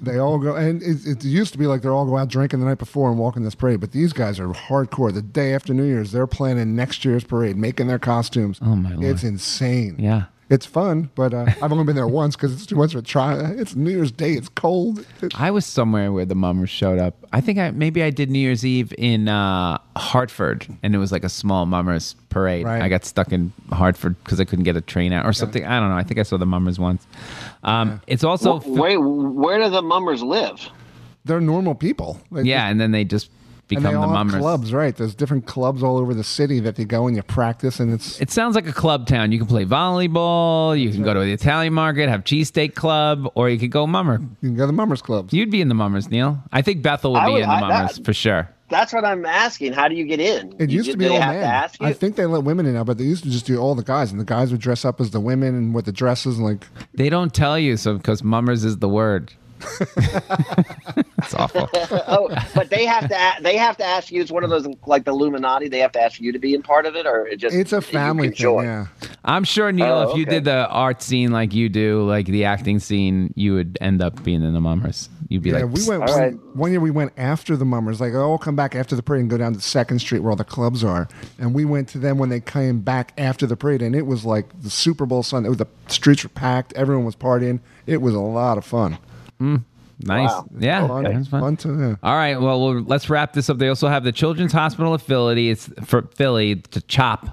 I: they all go, and it, it used to be like they all go out drinking the night before and walking this parade. But these guys are hardcore. The day after New Year's, they're planning next year's parade, making their costumes. Oh
G: my Lord.
I: It's insane.
G: Yeah.
I: It's fun, but uh, I've only been there once because it's too much of a try. It's New Year's Day. It's cold.
G: I was somewhere where the Mummers showed up. I think I maybe I did New Year's Eve in uh, Hartford, and it was like a small Mummers parade.
I: Right.
G: I got stuck in Hartford because I couldn't get a train out or something. I don't know. I think I saw the Mummers once. Um, It's also
H: Wh- Wait, where do the mummers live?
I: They're normal people. They
G: yeah, and then they just
I: And they
G: become the
I: all have
G: Mummers.
I: clubs, right? There's different clubs all over the city that you go and you practice, and it's
G: It sounds like a club town. You can play volleyball. You can go to the Italian market, have cheesesteak club, or you could go mummer.
I: you can go to mummers clubs.
G: You'd be in the mummers, Neil. I think Bethel would
H: I
G: be
H: would-
G: in the
H: I-
G: mummers
H: that-
G: for sure.
H: That's what I'm asking. How do you get in?
I: it
H: You
I: used
H: ju-
I: to be
H: they
I: all
H: have
I: men.
H: To ask you?
I: I think they let women in now, but they used to just do all the guys, and the guys would dress up as the women and with the dresses and like
G: They don't tell you so because mummers is the word. It's awful.
H: oh, but they have to. a- They have to ask you. It's one of those like the Illuminati. They have to ask you to be in part of it, or it just
I: it's
H: you
I: a
H: can
I: family thing.
H: join?
I: Yeah,
G: I'm sure, Neil,
H: Oh,
G: if you
H: okay.
G: did the art scene like you do, like the acting scene, you would end up being in the mummers. You'd be
I: yeah.
G: like,
I: we went
H: All
I: one,
H: right.
I: one year. We went after the mummers, like oh, we'll come back after the parade and go down to Second Street where all the clubs are, and we went to them when they came back after the parade, and it was like the Super Bowl Sunday. It was, the streets were packed, everyone was partying. It was a lot of fun.
G: nice.
H: Wow.
G: Yeah,
I: fun,
G: that's Oh, fun.
I: fun to, yeah.
G: All right. Well, we'll let's wrap this up. They also have the Children's Hospital of Philly. It's for Philly to chop.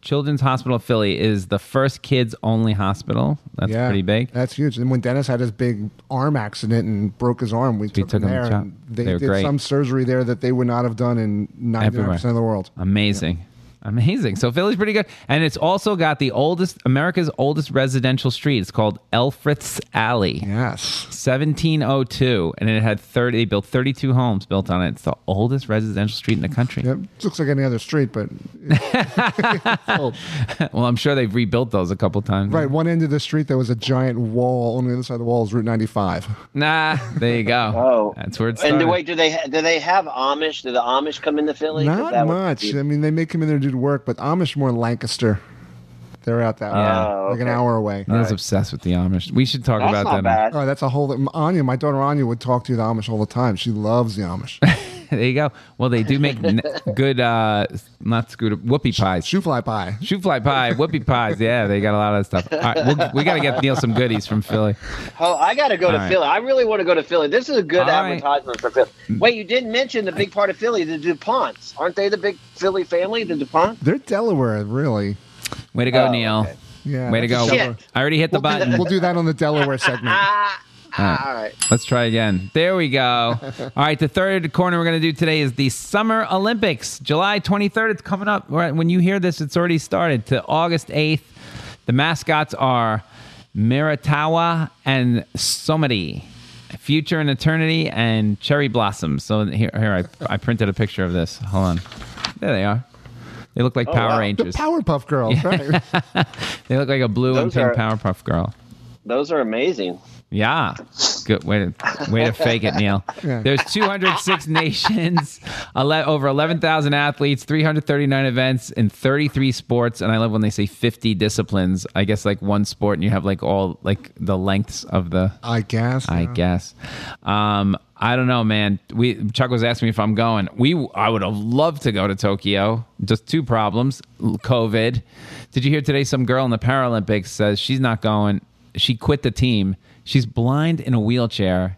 G: Children's Hospital of Philly is the first kids only hospital. That's pretty big.
I: That's huge. And when Dennis had his big arm accident and broke his arm, we, took,
G: took
I: him
G: him
I: there.
G: to
I: and
G: chop.
I: they
G: They were
I: did
G: great.
I: some surgery there that they would not have done in 99% of the world.
G: Amazing. Amazing. So Philly's pretty good. And it's also got the oldest, America's oldest residential street. It's called Elfrith's Alley.
I: Yes.
G: 1702. And it had 30, they built 32 homes built on it. It's the oldest residential street in the country.
I: Yep. Looks like any other street, but
G: well, I'm sure they've rebuilt those a couple times.
I: right. One end of the street, there was a giant wall. On the other side of the wall is Route 95.
G: Nah, there you go.
H: Oh,
G: That's where it
H: And
G: started.
H: the way do they ha- do they have Amish? Do the Amish come into Philly? 'Cause
I: Not
H: that would
I: much.
H: be-
I: I mean, they may come in there and do work, but Amish more Lancaster. They're out that
G: Yeah.
I: way,
H: Oh,
I: like an
H: okay.
I: hour away.
G: I was obsessed with the Amish. We should talk
H: That's
G: about
H: not
G: that. on-
H: bad.
I: Oh, that's a whole. Anya, my daughter Anya would talk to the Amish all the time. She loves the Amish.
G: there you go. Well, they do make n- good, uh, not scooter, whoopie pies.
I: Shoe fly pie.
G: Shoe fly pie, whoopie pies. Yeah, they got a lot of that stuff. All right, we'll, we got to get Neil some goodies from Philly.
H: Oh, I got to go to
G: All right.
H: Philly. I really want to go to Philly. This is a good
G: All right. Mm.
H: advertisement for Philly. Wait, you didn't mention the big part of Philly, the DuPonts. Aren't they the big Philly family, the DuPonts?
I: They're Delaware, really.
G: Way to go,
H: Oh,
G: Neil.
H: okay.
I: Yeah.
G: Way to go.
I: that's a Delaware-
H: Shit.
G: I already hit the
I: We'll do-
G: button.
I: We'll do that on the Delaware segment.
H: Ah, ah, all right.
G: Let's try again. There we go. All right, the third corner we're going to do today is the Summer Olympics. July 23rd, it's coming up. Right When you hear this, it's already started to August 8th. The mascots are Miratawa and Somity, Future and Eternity, and Cherry Blossom. So here, here I, I printed a picture of this. Hold on. There they are. They look like Power
H: Oh, wow. The
I: The
G: Rangers.
I: Powerpuff Girls, right?
G: they look like a blue
H: Those
G: and pink
H: are-
G: Powerpuff girl.
H: Those are amazing.
G: Yeah. Good way to, way to fake it, Neil. There's 206 nations, ele- over 11,000 athletes, 339 events in 33 sports. And I love when they say 50 disciplines. I guess like one sport and you have like all like the lengths of the
I: I guess.
G: I
I: yeah.
G: guess. Um, I don't know, man. We Chuck was asking me if I'm going. We I would have loved to go to Tokyo. Just two problems: L- COVID. Did you hear today? Some girl in the Paralympics says she's not going. She quit the team. She's blind in a wheelchair,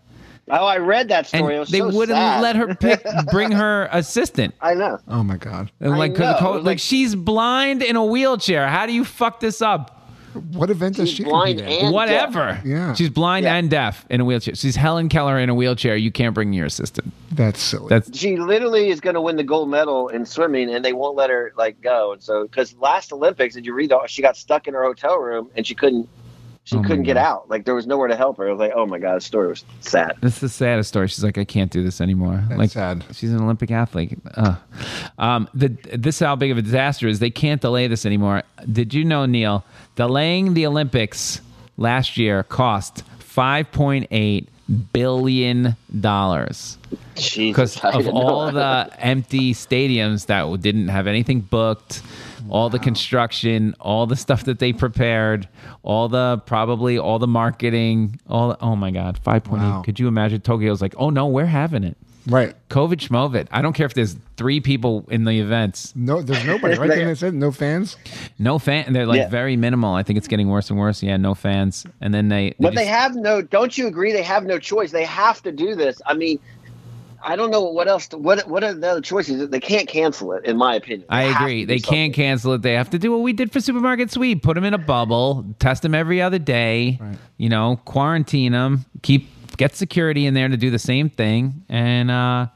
H: Oh, I read that
G: and
H: story. it was
G: they
H: so
G: wouldn't
H: sad.
G: let her pick bring her assistant.
H: I know.
I: Oh my God.
G: And
H: I
G: like, 'cause of
H: know,
G: COVID- like,
H: like-
G: she's blind in a wheelchair. How do you fuck this up?
I: What event does
H: She's
I: she
H: blind
I: compete in?
H: and
G: Whatever.
I: Yeah.
G: She's blind
H: Yeah.
G: and deaf in a wheelchair. She's Helen Keller in a wheelchair. You can't bring your assistant.
I: That's silly.
G: That's
H: She literally is going to win the gold medal in swimming, and they won't let her like go. And so, because last Olympics, did you read? all- She got stuck in her hotel room, and she couldn't She
G: Oh, my
H: couldn't get
G: God.
H: out. Like there was nowhere to help her. I was like, oh my god, the story was sad.
G: That's the saddest story. She's like, I can't do this anymore. like,
I: sad.
G: She's an Olympic athlete. Ugh. Um, the, this is how big of a disaster is. They can't delay this anymore. Did you know, Neil? Delaying the Olympics last year cost five point eight billion dollars because
H: Jesus, I
G: of
H: didn't know
G: all
H: that.
G: the empty stadiums that didn't have anything booked, all the construction, all the stuff that they prepared, all the probably all the marketing, all oh my god, five point eight.
I: Wow.
G: Could you imagine Tokyo's like, oh no, we're having it.
I: Right.
G: COVID schmovid. I don't care if there's three people in the events.
I: No, there's nobody. Right then they said no fans.
G: No fan. They're like
H: Yeah.
G: very minimal. I think it's getting worse and worse. Yeah, no fans. And then they.
H: But they
G: just-
H: have no. Don't you agree? They have no choice. They have to do this. I mean, I don't know what else. To, what what are the other choices? They can't cancel it, in my opinion.
G: I
H: have
G: agree.
H: to do
G: They
H: something.
G: can't cancel it. They have to do what we did for Supermarket Sweep: put them in a bubble, test them every other day. You know, quarantine them. Keep get security in there to do the same thing. And uh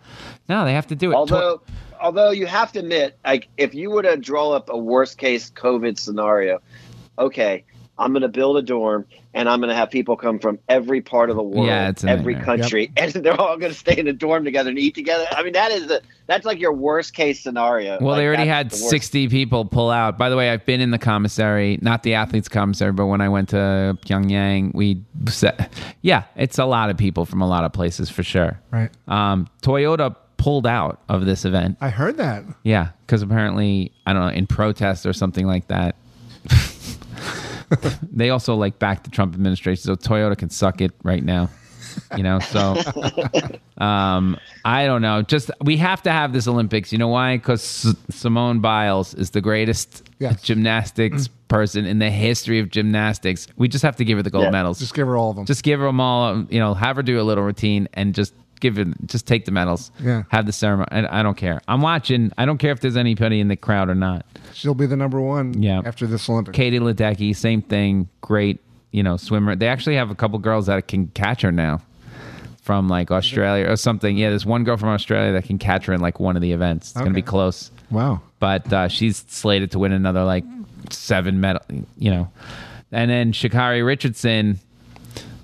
G: no, they have to do it.
H: Although, although you have to admit, like if you were to draw up a worst case COVID scenario, okay, I'm going to build a dorm and I'm going to have people come from every part of the world,
G: Yeah, it's a
H: every
G: nightmare.
H: country, and they're all going to stay in a dorm together and eat together. I mean, that is the that's like your worst case scenario.
G: Well,
H: Like,
G: they already
H: that's
G: had
H: the worst.
G: 60 people pull out. By the way, I've been in the commissary, not the athletes' commissary, but when I went to Pyongyang, we set, yeah, it's a lot of people from a lot of places for sure.
I: Right.
G: Um, Toyota pulled out of this event.
I: I heard that.
G: Yeah, because apparently, I don't know, in protest or something like that. they also like back the Trump administration, so Toyota can suck it right now. You know, so um, I don't know. Just we have to have this Olympics. You know why? Because S- Simone Biles is the greatest
I: Yes.
G: gymnastics person in the history of gymnastics. We just have to give her the gold
H: Yeah.
G: medals.
I: Just give her all of them.
G: Just give them all. You know, have her do a little routine and just give it. Just take the medals.
I: Yeah.
G: Have the ceremony. I, I don't care. I'm watching. I don't care if there's anybody in the crowd or not.
I: She'll be the number one.
G: Yeah.
I: After this Olympic.
G: Katie Ledecky, same thing. Great, you know, swimmer. They actually have a couple girls that can catch her now from like Australia or something. Yeah, there's one girl from Australia that can catch her in like one of the events. It's gonna be
I: Okay.
G: close,
I: Wow.
G: but uh, she's slated to win another like seven medal. You know, and then Shikari Richardson,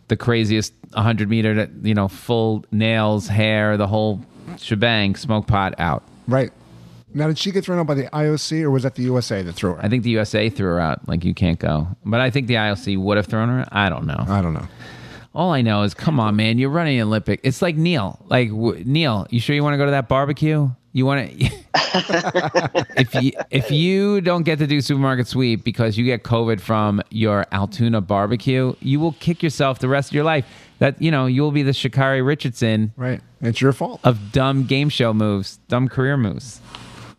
G: the craziest 100 meter, that you know, full nails, hair, the whole shebang, smoke pot out.
I: Right. Now, did she get thrown out by the IOC or was that the USA that threw her?
G: I
I: out?
G: think the USA threw her out. Like you can't go, but I think the IOC would have thrown her. out. I don't know.
I: I don't know.
G: All I know is, come on, man, you're running an Olympic. It's like Neil. Like w- Neil, you sure you want to go to that barbecue? You want to? if you if you don't get to do supermarket sweep because you get COVID from your Altoona barbecue, you will kick yourself the rest of your life. That you know you will be the Shikari Richardson
I: Right. It's your fault.
G: of dumb game show moves, dumb career moves.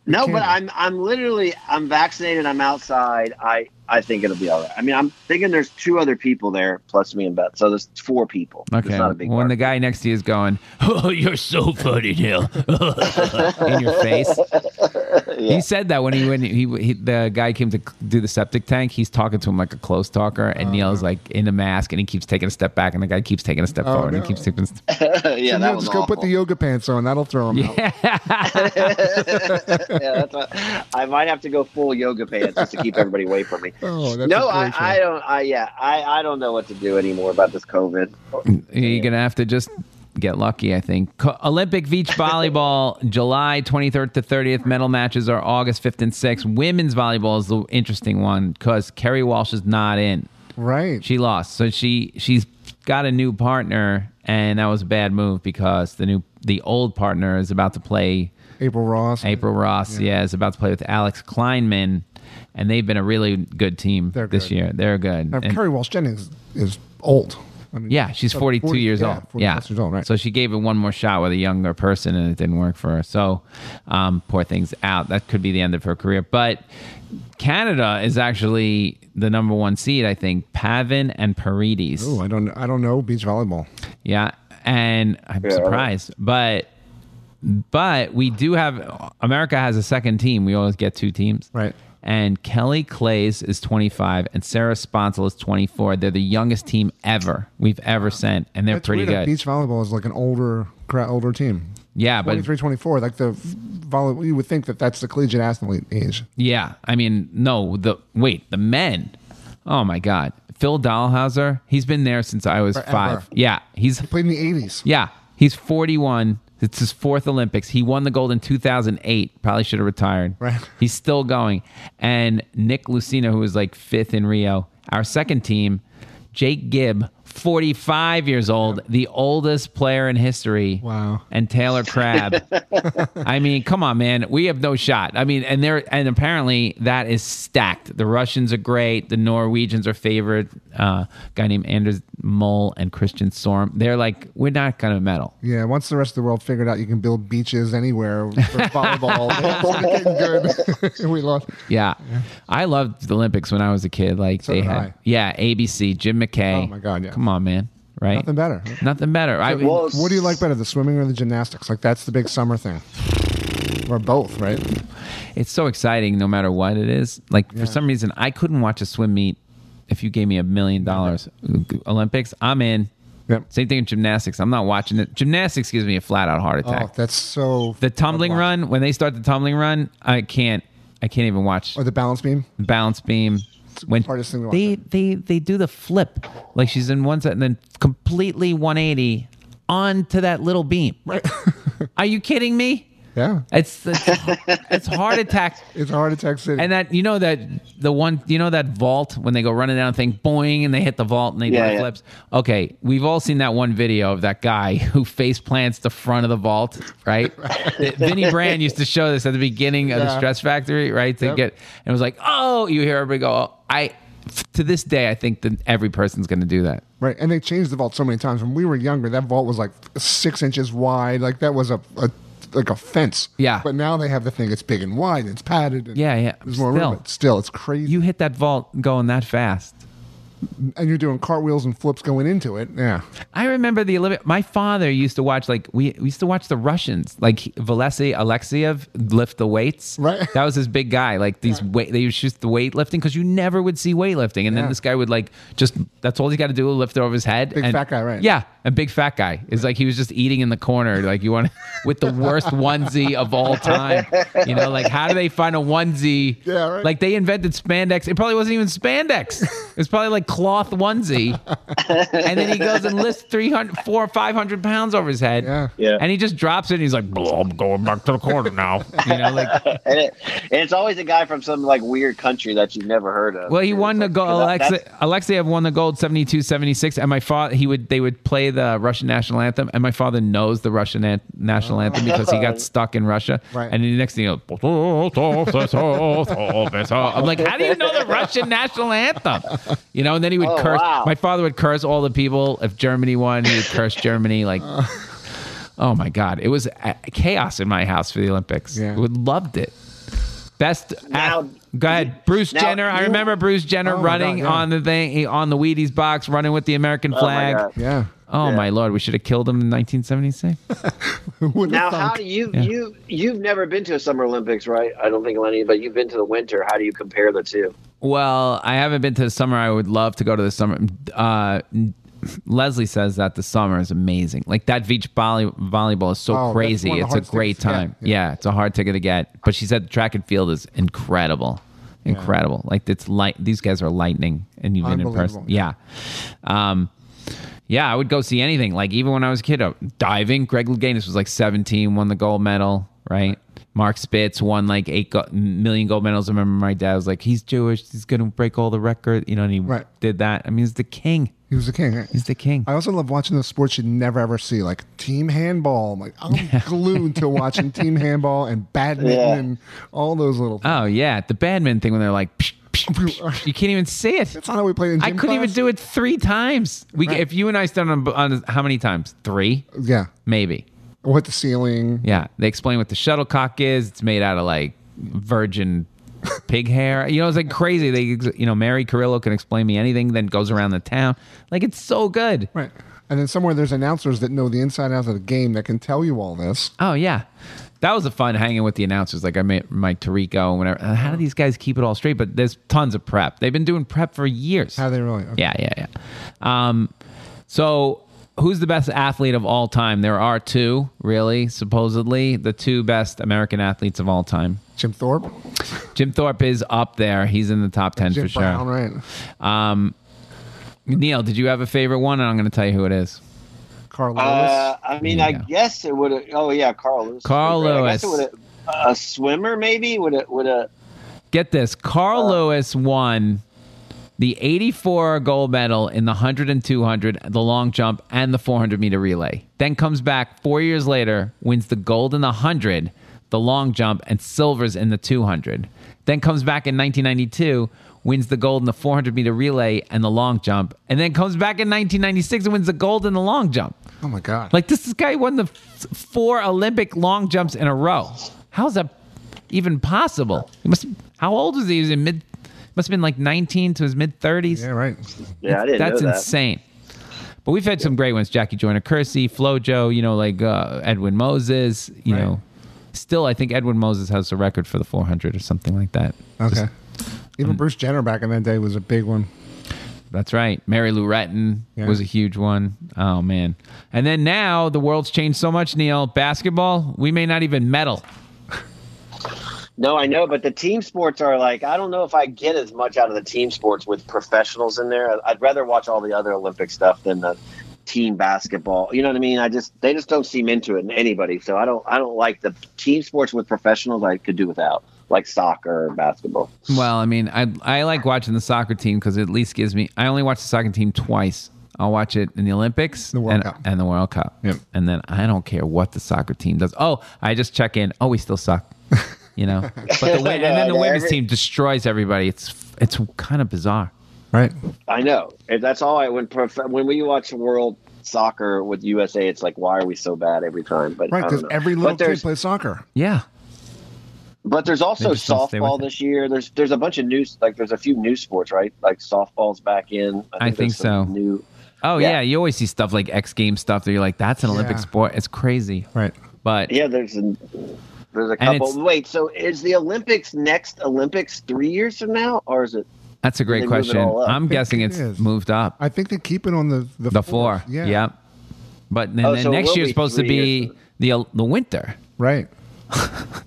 H: No, but
I: can't.
H: I'm I'm literally I'm vaccinated. I'm outside. I I think it'll be all right. I mean, I'm thinking there's two other people there plus me and Beth, so there's four people. It's
G: Okay.
H: not a big
G: when the
H: party.
G: guy next to you is going, "Oh, you're so funny, Neil," in your face. He said that when he when he, he the guy came to do the septic tank. He's talking to him like a close talker,
I: Oh,
G: and Neil's like in a mask, and he keeps taking a step back, and the guy keeps taking a step
I: Oh,
G: forward, and
I: no.
G: he keeps taking. A step
H: yeah,
I: And
H: that
I: you'll
H: was
I: just go
H: awful.
I: put the yoga pants on. That'll throw them out.
H: yeah, that's a, I might have to go full yoga pants just to keep everybody away from me.
I: Oh, that's
H: No,
I: a
H: I,
I: great
H: I
I: show.
H: don't. I yeah, I, I don't know what to do anymore about this COVID.
G: You're gonna have to just get lucky, I think. Co- Olympic beach volleyball, July 23rd to 30th. Medal matches are August 5th and 6th. Women's volleyball is the interesting one because Kerry Walsh is not in.
I: Right.
G: She lost, so she she's got a new partner, and that was a bad move because the new the old partner is about to play
I: April Ross.
G: April Ross. Yeah. is about to play with Alex Kleinman, and they've been a really good team
I: They're
G: this
I: good.
G: year. They're good.
I: Now,
G: And-
I: Uh, Kerry Walsh Jennings is old. I mean,
G: yeah, she's
I: so
G: 42
I: 40
G: years
I: yeah,
G: old.
I: 40
G: yeah.
I: plus years old, right.
G: So she gave it one more shot with a younger person and it didn't work for her. So um, poor thing's out. That could be the end of her career. But Canada is actually the number one seed, I think. Pavin and Paredes.
I: Oh, I don't. I don't know beach volleyball.
G: Yeah, and I'm surprised, but but we do have America has a second team. We always get two teams,
I: Right.
G: And Kelly Clays is 25, and Sarah Sponsel is 24. They're the youngest team ever we've ever sent, and they're
I: That's
G: pretty
I: weird that
G: good.
I: Beach volleyball is like an older, cra- older team.
G: yeah, but
I: 23, 24, like the volleyball. You would think that that's the collegiate athlete age.
G: yeah, I mean, no, the wait, the men. Oh my God, Phil Dahlhauser, he's been there since I was
I: Forever.
G: five. Yeah, he's
I: Played in the 80s.
G: yeah, he's 41. It's his fourth Olympics. He won the gold in 2008. Probably should have retired.
I: Right.
G: He's still going. And Nick Lucina, who was like fifth in Rio, our second team, Jake Gibb, 45 years old, the oldest player in history.
I: Wow.
G: And Taylor Crabb. I mean, come on, man. We have no shot. I mean, and there and apparently that is stacked. The Russians are great. The Norwegians are favored. Uh, guy named Anders Mole and Christian Sorm. They're like, we're not gonna medal.
I: Yeah, once the rest of the world figured out you can build beaches anywhere for volleyball, it's getting good. we lost.
G: Yeah, I loved the Olympics when I was a kid. Like
I: So
G: they
I: did
G: had,
I: I.
G: yeah, ABC, Jim McKay.
I: Oh, my God, yeah.
G: Come on, man. Right.
I: Nothing better.
G: Nothing better. I mean,
H: Well,
I: What do you like better, the swimming or the gymnastics? Like that's the big summer thing, or both, right?
G: it's so exciting no matter what it is. Like for some reason, I couldn't watch a swim meet if you gave me a million dollars. Olympics, I'm in.
I: Yep.
G: Same thing in gymnastics. I'm not watching it. Gymnastics gives me a flat out heart attack.
I: Oh, that's so.
G: the tumbling
I: I'd watch.
G: run, when they start the tumbling run, I can't. I can't even watch
I: or the balance beam.
G: balance beam. When
I: hardest thing to watch.
G: they they they do the flip, like she's in one set and then completely 180 onto that little beam. Right? Are you kidding me?
I: Yeah,
G: It's it's, it's heart attack
I: it's a heart attack city.
G: and that you know that the one you know that vault when they go running down the thing, boing, and they hit the vault and they
H: Yeah,
G: do the
H: yeah.
G: flips. Okay, we've all seen that one video of that guy who face plants the front of the vault, right? Vinny Brand used to show this at the beginning of the
I: Yeah.
G: Stress Factory, right? To get and it was like, oh, you hear everybody go, oh, I. To this day, I think that every person's going to do that.
I: Right, and they changed the vault so many times. When we were younger, that vault was like six inches wide, like that was a, a like a fence.
G: Yeah.
I: But now they have the thing; it's big and wide, and it's padded. And
G: Yeah, yeah.
I: There's more
G: Still.
I: room, but still, it's crazy.
G: You hit that vault going that fast.
I: and you're doing cartwheels and flips going into it. Yeah,
G: I remember the Olympic. My father used to watch like we, we used to watch the Russians like Valesey Alexiev lift the weights.
I: Right.
G: that was his big guy. Like these weight, they used to shoot the weightlifting because you never would see weightlifting, and then
I: Yeah.
G: this guy would like just that's all he got to do lift it over his head.
I: Big
G: and-
I: fat guy, right.
G: Yeah, a big fat guy is like he was just eating in the corner. Like you want with the worst onesie of all time. You know, like how do they find a onesie?
I: Yeah, right.
G: Like they invented spandex. It probably wasn't even spandex. It was probably like cloth onesie and then he goes and lifts 300, 400, 500 pounds over his head.
I: Yeah.
H: Yeah.
G: And he just drops it and he's like, "Blah, I'm going back to the corner now. You know, like,
H: and, it, and it's always a guy from some like weird country that you've never heard of.
G: well, he
H: It's
G: won the
H: like-
G: gold.
H: 'cause that- that's-
G: Alexa, Alexeyev won the gold 72 76. And my father, he would, they would play the Russian national anthem. And my father knows the Russian an- national anthem because he got stuck in Russia.
I: Right.
G: And the next thing you know, Oh, I'm like, how do you know the Russian national anthem? You know, and then he would
H: Oh,
G: curse.
H: wow.
G: My father would curse all the people. If Germany won, he would curse Germany. Like, Oh my God. It was uh, chaos in my house for the Olympics.
I: Yeah.
G: We loved it. Best.
H: Now-
G: ath- go ahead. Bruce
H: now
G: Jenner. I
H: you-
G: remember Bruce Jenner
I: Oh my God,
G: running
I: yeah.
G: on the thing, he- on the Wheaties box, running with the American
H: oh my
G: flag.
H: God.
I: yeah.
G: Oh
H: Yeah.
G: my Lord. We should have killed him in 1976.
I: Who would
H: Now,
I: have
H: how
I: thunk?
H: do you
G: Yeah.
H: you you've never been to a Summer Olympics, right? I don't think Lenny, but you've been to the winter. How do you compare the two?
G: well, I haven't been to the summer. I would love to go to the summer. Uh, Leslie says that the summer is amazing. Like that beach volley- volleyball is so
I: Oh, that's
G: crazy.
I: one of the
G: It's a
I: hardest
G: great
I: things to get.
G: time.
I: Yeah.
G: yeah, it's a hard ticket to get. But she said the track and field is incredible. Incredible. Like it's light these guys are lightning and you've been in person.
I: Unbelievable.
G: Yeah. Um yeah, I would go see anything. Like even when I was a kid, uh, diving. Greg Louganis was like 17, won the gold medal, right? Mark Spitz won like eight go- million gold medals. I remember my dad was like, "He's Jewish. He's gonna break all the record," you know, and he
I: Right.
G: did that. I mean, he's the king.
I: He was the king. Right?
G: He's the king.
I: I also love watching those sports you never ever see, like team handball. I'm like I'm glued to watching team handball and badminton
H: Yeah.
I: and all those little. Things.
G: Oh yeah, the badminton thing when they're like, psh, psh, psh. you can't even see it.
I: That's not how we played in
G: I
I: gym
G: couldn't even
I: class.
G: do it three times. We if you and I stood on, on how many times? Three,
I: Yeah,
G: maybe.
I: what the ceiling?
G: Yeah, they explain what the shuttlecock is. It's made out of like virgin pig hair. You know, it's like crazy. They you know Mary Carillo can explain me anything. Then goes around the town like it's so good.
I: Right. And then somewhere there's announcers that know the inside out of the game that can tell you all this.
G: Oh yeah, that was a fun hanging with the announcers. Like I met Mike Tirico and whatever. Uh, How do these guys keep it all straight? But there's tons of prep. They've been doing prep for years.
I: How they really? uh, okay.
G: Yeah, yeah, yeah. Um, so who's the best athlete of all time? There are two, really, supposedly the two best American athletes of all time.
I: Jim Thorpe,
G: Jim Thorpe is up there. He's in the top ten
I: Jim
G: for sure.
I: Brown, right?
G: Um, Neil, did you have a favorite one? And I'm going to tell you who it is.
I: Carl Lewis.
H: Uh, I mean, I
G: Yeah.
H: guess it would have. Oh yeah, Carl Lewis.
G: Carl
H: I guess it
G: Lewis.
H: would've- a swimmer maybe would it would a
G: Get this Carl Lewis won the 84 gold medal in the 100 and 200, the long jump, and the 400 meter relay. Then comes back four years later, wins the gold in the 100, the long jump, and silvers in the 200. Then comes back in 1992. Wins the gold in the 400 meter relay and the long jump, and then comes back in 1996 and wins the gold in the long jump.
I: oh my god.
G: Like this, this guy won the f- four Olympic long jumps in a row. How's that even possible? He must. How old was he? He was in mid. Must have been like 19 to his mid 30s.
I: yeah, right.
H: yeah I didn't
G: That's
H: know that.
G: insane. But we've had some great ones: Jackie Joyner Kersey, FloJo. You know, like uh, Edwin Moses. You
I: Right.
G: know, still I think Edwin Moses has the record for the 400 or something like that.
I: Okay. Even Bruce Jenner back in that day was a big one.
G: That's right. Mary Lou Retton
I: Yeah.
G: was a huge one. Oh man! And then now the world's changed so much, Neil. Basketball, we may not even medal.
H: No, I know, but the team sports are like I don't know if I get as much out of the team sports with professionals in there. I'd rather watch all the other Olympic stuff than the team basketball. You know what I mean? I just they just don't seem into it in anybody. So I don't I don't like the team sports with professionals. I could do without like soccer or basketball.
G: Well, I mean, I I like watching the soccer team because it at least gives me. I only watch the soccer team twice. I'll watch it in the Olympics,
I: The World
G: and,
I: Cup.
G: and the World Cup.
I: Yep.
G: And then I don't care what the soccer team does. Oh, I just check in. Oh, we still suck. You know. But the win, and then the
H: Yeah,
G: women's
H: every-
G: team destroys everybody. It's it's kind of bizarre.
I: Right.
H: I know. And That's all I when prof- when we watch world soccer with USA, it's like why are we so bad every time? But
I: Right,
H: I
I: because
H: don't know.
I: every
H: But
I: little kid
H: there's-
I: plays soccer.
G: Yeah.
H: But there's also
G: They just don't stay
H: softball
G: with it.
H: this year. There's there's a bunch of new like there's a few new sports, right? Like softball's back in.
G: I think
H: there's some
G: so.
H: New.
G: Oh yeah.
H: Yeah.
G: You always see stuff like X game stuff that you're like, that's an Olympic
I: Yeah.
G: sport. It's crazy.
I: Right.
G: But
H: Yeah, there's a, there's a
G: And
H: couple.
G: it's-
H: Wait, so is the Olympics next Olympics three years from now, or is it?
G: that's a
H: They
G: great
H: move it
G: question.
H: all up.
G: I'm guessing
I: it
G: it's
I: is.
G: moved up.
I: I think they keep it on the the,
G: the
I: fourth.
G: four.
I: Yeah.
G: Yep. But then,
H: Oh,
G: then
H: so it
G: next
H: will
G: year's
H: be
G: supposed to
H: three
G: be
H: years then.
G: the the winter.
I: Right.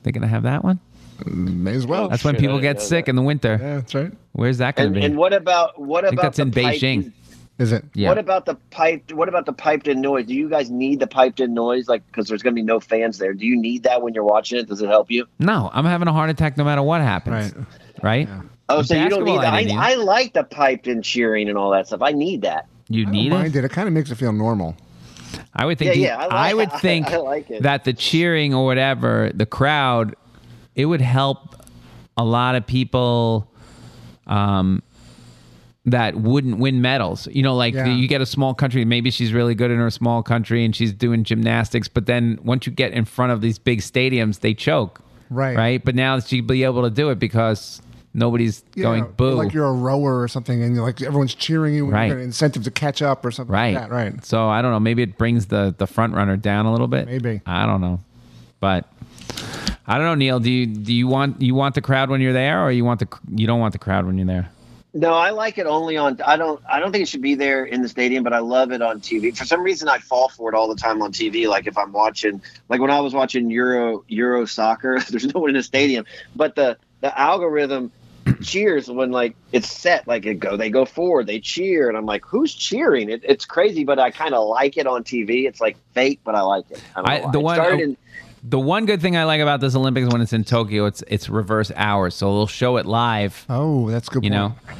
G: They're gonna have that one.
I: May as well.
G: That's when
H: Shit, I
G: people
H: didn't
G: get
H: know
G: sick in the winter.
I: yeah, that's right.
G: Where's that gonna
H: And,
G: be?
H: and what about what
G: think
H: about
G: that's in
H: the pipe-
G: Beijing.
I: Is it?
G: yeah.
H: What about the piped? What about the piped-in noise? Do you guys need the piped-in noise? Like, because there's going to be no fans there. Do you need that when you're watching it? Does it help you?
G: no, I'm having a heart attack no matter what happens. Right.
I: Right.
H: Oh, so you don't need
G: Basketball,
H: that.
G: I
H: I,
G: didn't
H: I like the piped-in cheering and all that stuff. I need that.
G: You
I: I
G: need
I: don't mind
G: it.
I: it. It kind of makes it feel normal.
G: I would think.
H: Yeah,
G: you-
H: yeah, I like-
G: would
H: I-
G: think
H: I like it.
G: that the cheering or whatever, the crowd, it would help a lot of people. Um, that wouldn't win medals. You know, like
I: Yeah.
G: you get a small country, maybe she's really good in her small country and she's doing gymnastics, but then once you get in front of these big stadiums, they choke.
I: Right.
G: Right. But now she'd be able to do it because nobody's
I: Yeah,
G: going
I: or
G: boo.
I: Like you're a rower or something, and you're like everyone's cheering you. and
G: Right.
I: You're an incentive to catch up or something.
G: right.
I: Like that. Right.
G: So I don't know. Maybe it brings the the front runner down a little bit.
I: Maybe.
G: I don't know. But I don't know, Neil. Do you do you want you want the crowd when you're there, or you want the cr- you don't want the crowd when you're there?
H: No, I like it only on. I don't. I don't think it should be there in the stadium, but I love it on TV. For some reason, I fall for it all the time on TV. Like if I'm watching, like when I was watching Euro Euro soccer, there's no one in the stadium, but the the algorithm cheers when like it's set. Like it go, they go forward, they cheer, and I'm like, who's cheering? It, it's crazy, but I kind of like it on TV. It's like fake, but I like it. I don't
G: I-
H: know why.
G: the
H: It
G: one- oh,
H: started in-
G: The one good thing I like about this Olympics when it's in Tokyo, it's it's reverse hours, so they'll show it live.
I: Oh, that's a good.
G: You
I: point.
G: know,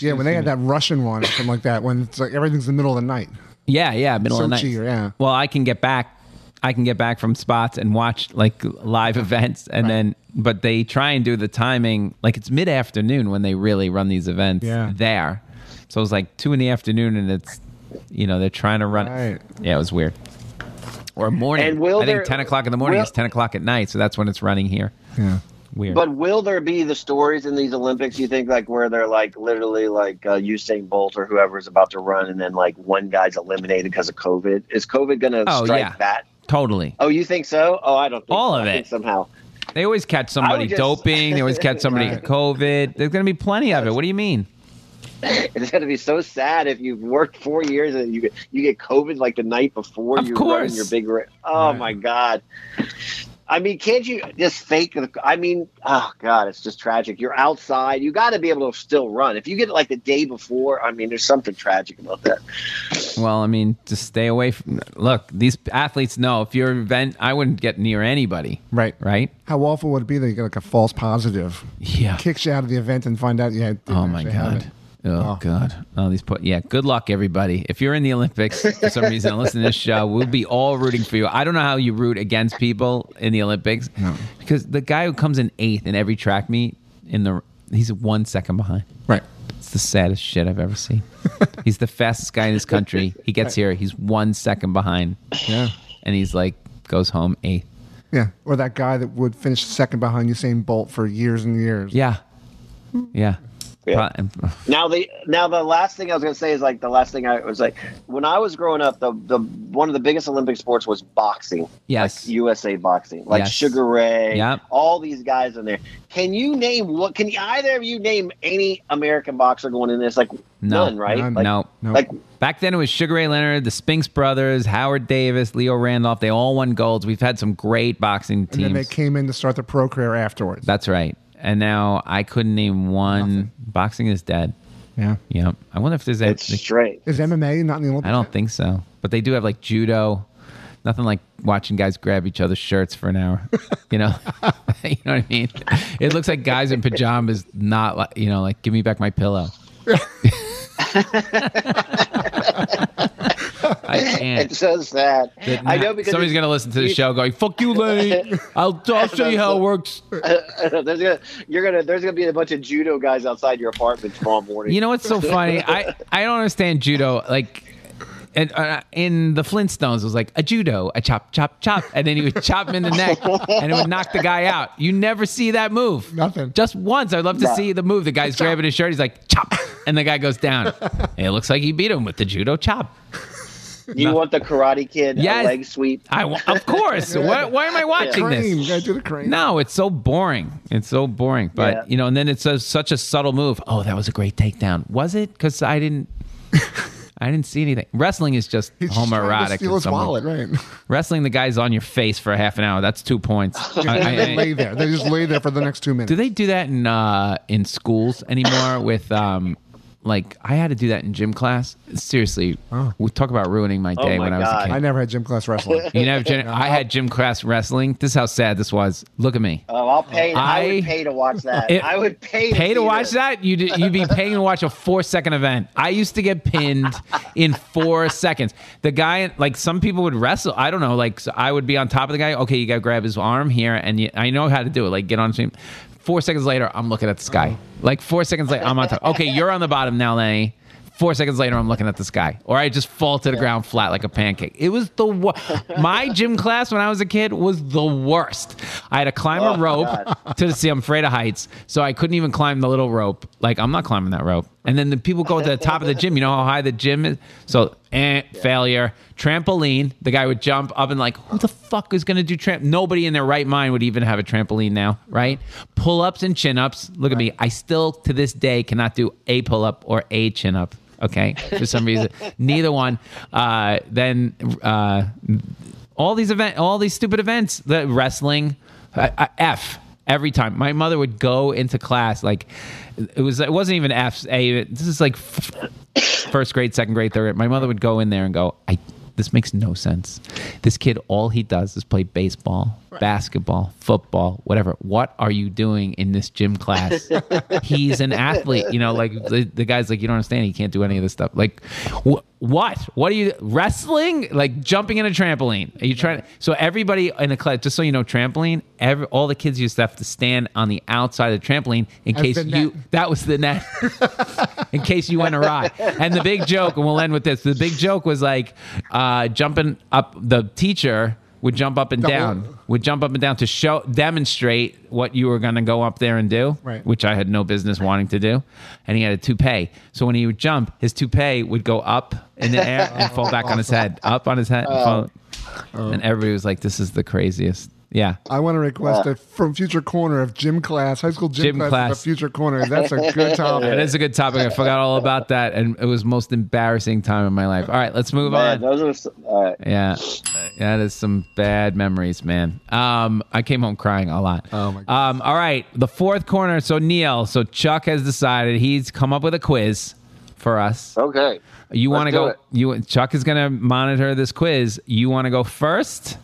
I: Yeah, when they had that Russian one or something like that, when it's like everything's in the middle of the night.
G: yeah, yeah, middle of the night.
I: Sochi, yeah.
G: Well, I can get back, I can get back from spots and watch like live events, and then but they try and do the timing like it's mid afternoon when they really run these events
I: Yeah.
G: there. So it was like two in the afternoon, and it's you know they're trying to run.
I: Right.
G: Yeah, it was weird. Or morning.
H: And will
G: I think
H: there-
G: ten o'clock in the morning
H: will-
G: is ten o'clock at night, so that's when it's running here.
I: Yeah.
G: Weird.
H: But will there be the stories in these Olympics? You think like where they're like literally like uh, Usain Bolt or whoever's about to run, and then like one guy's eliminated because of COVID. Is COVID going to
G: Oh,
H: strike
G: yeah.
H: that?
G: totally.
H: Oh, you think so? Oh, I don't. think
G: All
H: so.
G: of
H: I
G: it.
H: think somehow.
G: They always catch somebody
H: just-
G: doping. They always catch somebody
I: Right.
G: COVID. There's going to be plenty of it. What do you mean?
H: It's going to be so sad if you've worked four years and you get you get COVID like the night before
G: Of
H: you run
G: course.
H: your big. Ra- oh
I: Right.
H: my god. I mean, can't you just fake? The, I mean, oh god, it's just tragic. You're outside. You got to be able to still run. If you get like the day before, I mean, there's something tragic about that.
G: Well, I mean, just stay away from. Look, these athletes know if you're event, I wouldn't get near anybody.
I: Right.
G: Right.
I: How awful would it be that you get like a false positive?
G: Yeah.
I: Kicks you out of the event and find out you had.
G: Oh my
I: actually have it.
G: god. Oh,
I: Oh.
G: god. Oh, these put. Yeah. Good luck, everybody. If you're in the Olympics for some reason and listen to this show, we'll be all rooting for you. I don't know how you root against people in the Olympics because the guy who comes in eighth in every track meet in the he's one second behind.
I: Right.
G: It's the saddest shit I've ever seen. he's the fastest guy in his country. He gets here, he's one second behind,
I: Yeah.
G: and he's like goes home eighth.
I: Yeah. Or that guy that would finish second behind Usain Bolt for years and years.
G: Yeah, yeah.
H: Yeah.
G: Pro-
H: Now the now the last thing I was gonna say is like the last thing I was like when I was growing up the the one of the biggest Olympic sports was boxing.
G: Yes.
H: Like USA boxing. Like
G: Yes.
H: Sugar Ray.
G: Yep.
H: All these guys in there. Can you name what can you, either of you name any American boxer going in this? Like
G: No.
H: none, right?
I: None.
H: like,
G: no.
I: No.
H: Like
G: Back then it was Sugar Ray Leonard, the Spinks brothers, Howard Davis, Leo Randolph. They all won golds. We've had some great boxing
I: And
G: teams.
I: then they came in to start the pro career afterwards.
G: That's right. And now I couldn't name one. Boxing is dead.
I: yeah.
G: Yep. I wonder if there's a.
H: it's straight.
I: Is MMA not in the Olympics?
G: I don't think so. But they do have like judo. Nothing like watching guys grab each other's shirts for an hour. You know, you know what I mean. It looks like guys in pajamas, not like you know, like give me back my pillow. I can't.
H: It's so sad. I know because
G: somebody's
H: it's-
G: gonna listen to the
H: you-
G: show going, "Fuck you, Lenny. I'll, I'll show you how it works."
H: there's gonna you're gonna there's gonna be a bunch of judo guys outside your apartment tomorrow morning.
G: You know what's so funny? I I don't understand judo. Like, and uh, in the Flintstones, it was like a judo, a chop, chop, chop, and then he would chop him in the neck, and it would knock the guy out. You never see that move.
I: Nothing.
G: Just once. I'd love to see the move. The guy's grabbing his shirt. He's like chop, and the guy goes down. And it looks like he beat him with the judo chop.
H: you want the Karate Kid
G: Yes.
H: leg sweep?
G: I wa- of course. why, why am I watching
I: Crane.
G: this?
I: You gotta do the crane.
G: No, it's so boring. It's so boring. But
H: Yeah.
G: you know, and then it's a, such a subtle move. Oh, that was a great takedown. Was it? Because I didn't. I didn't see anything. Wrestling is just
I: He's just trying to
G: homoerotic.
I: Steal
G: in
I: his
G: some way.
I: wallet, right?
G: Wrestling, the guy's on your face for a half an hour. That's two points. I- I-
I: they lay there. They just lay there for the next two minutes.
G: do they do that in uh, in schools anymore? With um, like I had to do that in gym class. Seriously, we talk about ruining my day
H: my
G: when I was a
H: God.
G: kid.
I: Oh I never had gym class wrestling.
G: You never. gen- I had gym class wrestling. This is how sad this was. Look at me.
H: Oh, I'll pay. I,
G: I-
H: would pay to watch that.
G: It-
H: I would pay.
G: pay to
H: see
G: watch
H: this.
G: that you'd, you'd be paying to watch a four second event i used to get pinned in four seconds the guy like some people would wrestle i don't know like so i would be on top of the guy okay you gotta grab his arm here and you, i know how to do it like get on stream four seconds later i'm looking at this guy like four seconds later i'm on top okay you're on the bottom now lenny Four seconds later, I'm looking at this guy, or I just fall to the ground flat like a pancake. It was the wo- my gym class when I was a kid was the worst. I had to climb
H: Oh,
G: a rope
H: God.
G: to see I'm afraid of heights, so I couldn't even climb the little rope. Like I'm not climbing that rope. And then the people go to the top of the gym. You know how high the gym is. So eh, failure. Trampoline. The guy would jump up and like, who the fuck is gonna do tramp? Nobody in their right mind would even have a trampoline now, right? Pull ups and chin ups. Look at me. I still to this day cannot do a pull up or a chin up. Okay, for some reason, neither one. Uh, then uh, all these event, all these stupid events, the wrestling, I, I, F every time. My mother would go into class like it was. It wasn't even F's. A. This is like first grade, second grade, third grade. My mother would go in there and go, I this makes no sense. This kid, all he does is play baseball, basketball, football, whatever. What are you doing in this gym class? He's an athlete. You know, like the, the guy's like, you don't understand. He can't do any of this stuff. Like, wh- what? What are you wrestling? Like jumping in a trampoline? Are you trying? So everybody in the class, just so you know, trampoline. Every all the kids used to have to stand on the outside of the trampoline in
I: As
G: case
I: the net.
G: you. That was the net in case you went awry. And the big joke, and we'll end with this. The big joke was like uh, jumping up. The teacher would jump up and
I: The whole-
G: down, would jump up and down to show demonstrate what you were going to go up there and do,
I: Right.
G: which I had no business wanting to do. And he had a toupee, so when he would jump, his toupee would go up in the air and fall back on his head, up on his head, and, fall. and everybody was like, "This is the craziest." Yeah.
I: I want to request a from future corner of gym class, high school gym,
G: Gym
I: class,
G: class.
I: Is a future corner. That's a good
G: That
I: topic.
G: is a good topic. I forgot all about that, and it was most embarrassing time in my life. All right, let's move
H: Man,
G: on.
H: those are. s- All right.
G: Yeah. That is some bad memories, man. Um, I came home crying a lot. Oh my. Um, all right, the fourth corner. So Neil, so Chuck has decided he's come up with a quiz for us.
H: Okay.
G: You
H: let's
G: want to
H: do
G: go?
H: it.
G: You Chuck is going to monitor this quiz. You want to go first,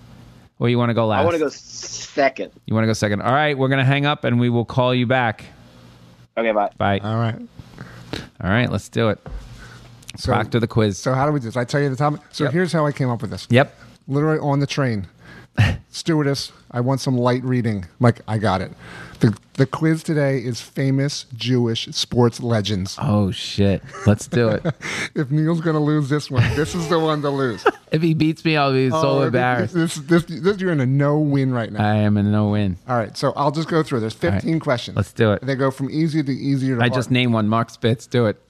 G: or you want to go last?
H: I want to go second.
G: You want to go second? All right, we're going to hang up and we will call you back.
H: Okay, bye.
G: Bye.
I: All right.
G: All right, let's do it.
I: So,
G: Proctor the quiz.
I: so how do we do this? I tell you the topic. So
G: Yep.
I: here's how I came up with this.
G: yep.
I: literally on the train. Stewardess, I want some light reading. I'm like, I got it. The, the quiz today is famous Jewish sports legends.
G: Oh shit. Let's do it.
I: If Neil's going to lose this one, this is the one to lose.
G: if he beats me, I'll be so
I: Oh,
G: embarrassed.
I: This, this, this, this- you're in a no win right now.
G: I am in no win.
I: All right, so I'll just go through. There's 15 questions.
G: let's do it.
I: They go from easy to easier to
G: I
I: hard.
G: just named one. Mark Spitz. Do it.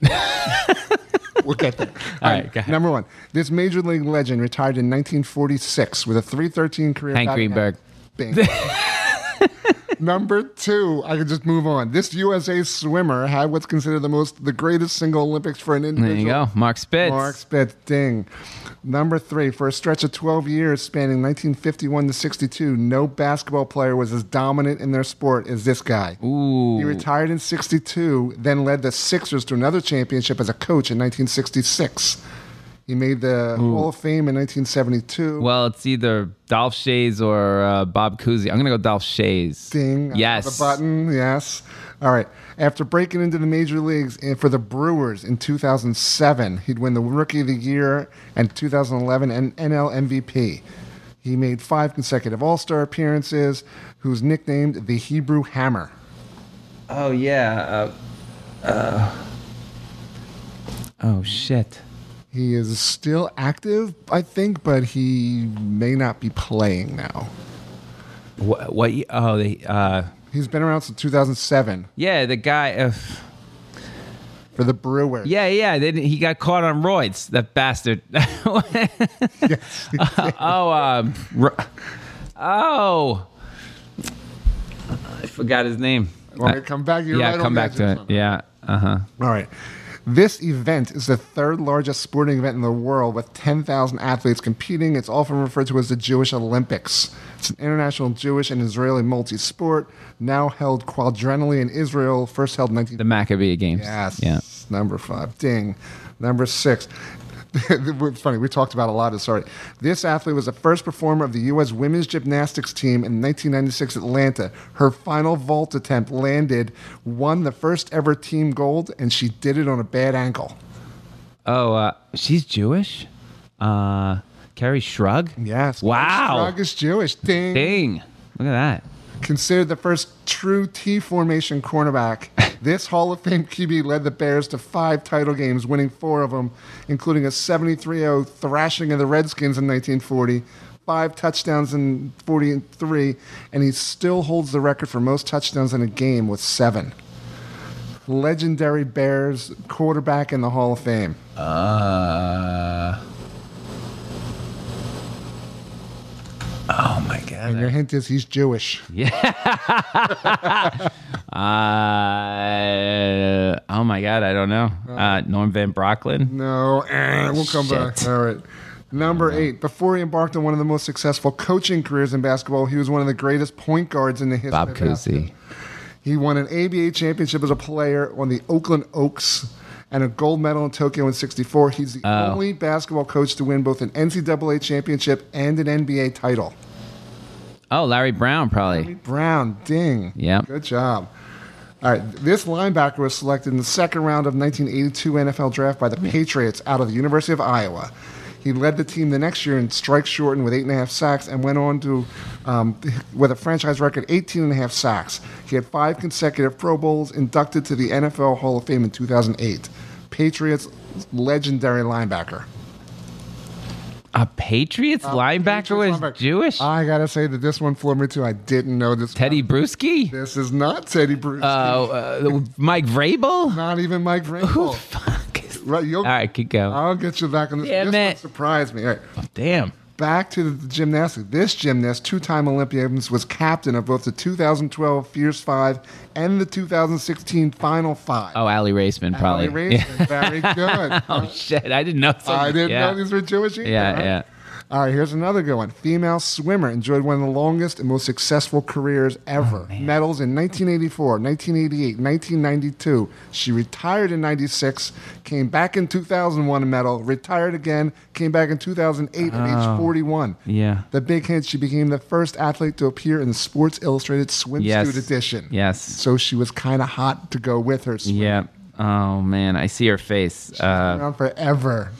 I: We'll get there.
G: All right, go ahead.
I: Number one, this major league legend retired in 1946 with a 313 career.
G: Hank
I: batting
G: Greenberg.
I: average. Bing. Number two, I can just move on. This USA swimmer had what's considered the most, the greatest single Olympics for an
G: There
I: individual.
G: you go. Mark Spitz.
I: Mark Spitz, ding. Number three, for a stretch of 12 years spanning 1951 to 62, no basketball player was as dominant in their sport as this guy.
G: Ooh.
I: He retired in 62, then led the Sixers to another championship as a coach in 1966. He made the Hall of Fame in 1972.
G: Well, it's either Dolph Shays or uh, Bob Cousy. I'm gonna go Dolph Shays.
I: Ding. I saw
G: Yes.
I: The button. Yes. All right. After breaking into the major leagues and for the Brewers in 2007, he'd win the Rookie of the Year and 2011 and NL MVP. He made five consecutive All Star appearances, who's nicknamed the Hebrew Hammer.
G: Oh yeah. Uh, uh, oh shit.
I: He is still active, I think, but he may not be playing now.
G: What? what ye- oh, they. Uh,
I: He's been around since 2007
G: yeah, the guy. Uh,
I: for the Brewers.
G: yeah, yeah. They, didn't- he got caught on roids. That bastard. oh. Um, ro- oh. I forgot his name.
I: Want me to come back? You're
G: yeah,
I: right
G: come
I: on
G: back
I: the
G: to
I: edge
G: it.
I: of
G: Yeah. Uh huh.
I: All right. This event is the third largest sporting event in the world with 10,000 athletes competing. It's often referred to as the Jewish Olympics. It's an international Jewish and Israeli multi sport, now held quadrennially in Israel, first held in 19.
G: The Maccabee games.
I: Yes.
G: Yeah.
I: Number five. Ding. Number six. it's funny. We talked about a lot of sorry. This athlete was the first performer of the U.S. women's gymnastics team in 1996 Atlanta. Her final vault attempt landed, won the first ever team gold, and she did it on a bad ankle.
G: Oh, uh, she's Jewish. Uh, Carrie Shrug.
I: Yes.
G: Wow.
I: Strong is Jewish. Ding.
G: Dang. Look at that.
I: Considered the first true T formation cornerback, this Hall of Fame QB led the Bears to five title games, winning four of them, including a 73 0 thrashing of the Redskins in 1940, five touchdowns in 43, and he still holds the record for most touchdowns in a game with seven. Legendary Bears quarterback in the Hall of Fame.
G: Uh. Oh my
I: And
G: god.
I: your hint is he's Jewish.
G: Uh, oh my god, I don't know. Uh, Norm Van Brocklin.
I: No, eh, we'll come back.
G: Shit.
I: All right. Number eight. Before he embarked on one of the most successful coaching careers in basketball, he was one of the greatest point guards in the history.
G: Bob
I: of basketball.
G: Cousy.
I: He won an ABA championship as a player on the Oakland Oaks and a gold medal in Tokyo in '64. He's the
G: Oh.
I: only basketball coach to win both an NCAA championship and an NBA title.
G: Oh, Larry Brown probably.
I: Brown, ding.
G: Yep.
I: Good job. All right, this linebacker was selected in the second round of 1982 NFL draft by the Patriots out of the University of Iowa. He led the team the next year in strikes shortened with eight and a half sacks and went on to um, with a franchise record 18 and a half sacks. He had five consecutive Pro Bowls, inducted to the NFL Hall of Fame in 2008. Patriots legendary linebacker.
G: A Patriots linebacker was
I: Uh, Patriots linebacker. Uh,
G: Jewish.
I: I gotta say that this one floored me too. I didn't know this.
G: Teddy Bruschi.
I: This is not Teddy Bruce.
G: Uh, uh, Mike Vrabel.
I: Not even Mike
G: Who the
I: Vrabel.
G: fuck is?
I: Right, you'll,
G: All right, keep going.
I: I'll get you back on this.
G: Damn
I: this one
G: it.
I: surprised me. All right,
G: Damn.
I: back to the gymnastics. This gymnast, two-time Olympians, was captain of both the 2012 Fierce Five and the 2016 Final Five.
G: Oh, Ali Raceman probably.
I: Allie
G: Yeah.
I: Raisman, very good.
G: Oh shit! I didn't know. Something.
I: I didn't
G: yeah.
I: know these were Jewish. Either,
G: Yeah,
I: huh?
G: yeah.
I: All right, here's another good one. Female swimmer enjoyed one of the longest and most successful careers
G: Oh,
I: ever. Medals in 1984, 1988, 1992. She retired in 96, came back in 2001 won a medal, retired again, came back in 2008 at
G: Oh.
I: age 41.
G: Yeah.
I: The big hint, she became the first athlete to appear in the Sports Illustrated swimsuit
G: Yes.
I: edition.
G: Yes.
I: So she was kind of hot to go with her. swim
G: Yeah. Oh man, I see her face. Uh,
I: around forever.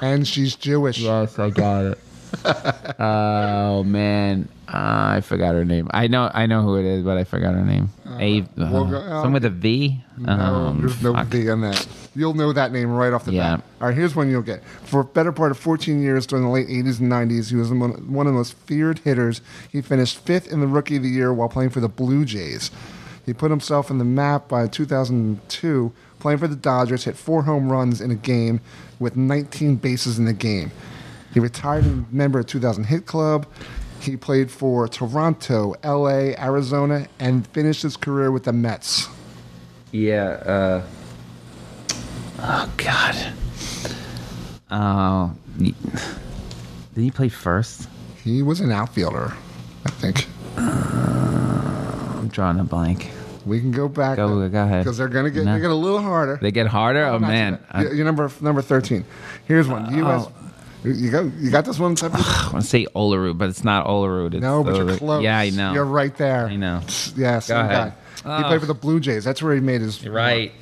I: And she's Jewish.
G: yes, I got it. oh man, uh, I forgot her name. I know, I know who it is, but I forgot her name. A, uh,
I: we'll go-
G: someone with a V.
I: No,
G: Um,
I: there's no
G: fuck.
I: V on that. You'll know that name right off the
G: Yeah.
I: bat. All right, here's one you'll get. For a better part of 14 years during the late 80s and 90s, he was one one of the most feared hitters. He finished fifth in the Rookie of the Year while playing for the Blue Jays. He put himself in the map by 2002, playing for the Dodgers, hit four home runs in a game with 19 bases in the game. He retired a member of 2000 Hit Club. He played for Toronto, LA, Arizona, and finished his career with the Mets.
G: Yeah. Uh, oh God. Oh. y- Did he play first?
I: He was an outfielder, I think.
G: I'm drawing a blank.
I: We can go back
G: Go- go ahead.
I: because they're gonna get
G: No.
I: they get a little harder.
G: They get harder. Oh
I: Not too
G: man,
I: bad.
G: I,
I: you're, you're number number thirteen. Here's one. U.S.
G: oh.
I: You got you got this one. Type
G: I want to say Olerud, but it's not Olerud. It's
I: no, but
G: the
I: you're
G: other-
I: close.
G: Yeah, I know.
I: You're right there.
G: I know.
I: Yeah, same
G: ahead.
I: guy. He
G: Oh.
I: played for the Blue Jays. That's where he made his
G: You're right.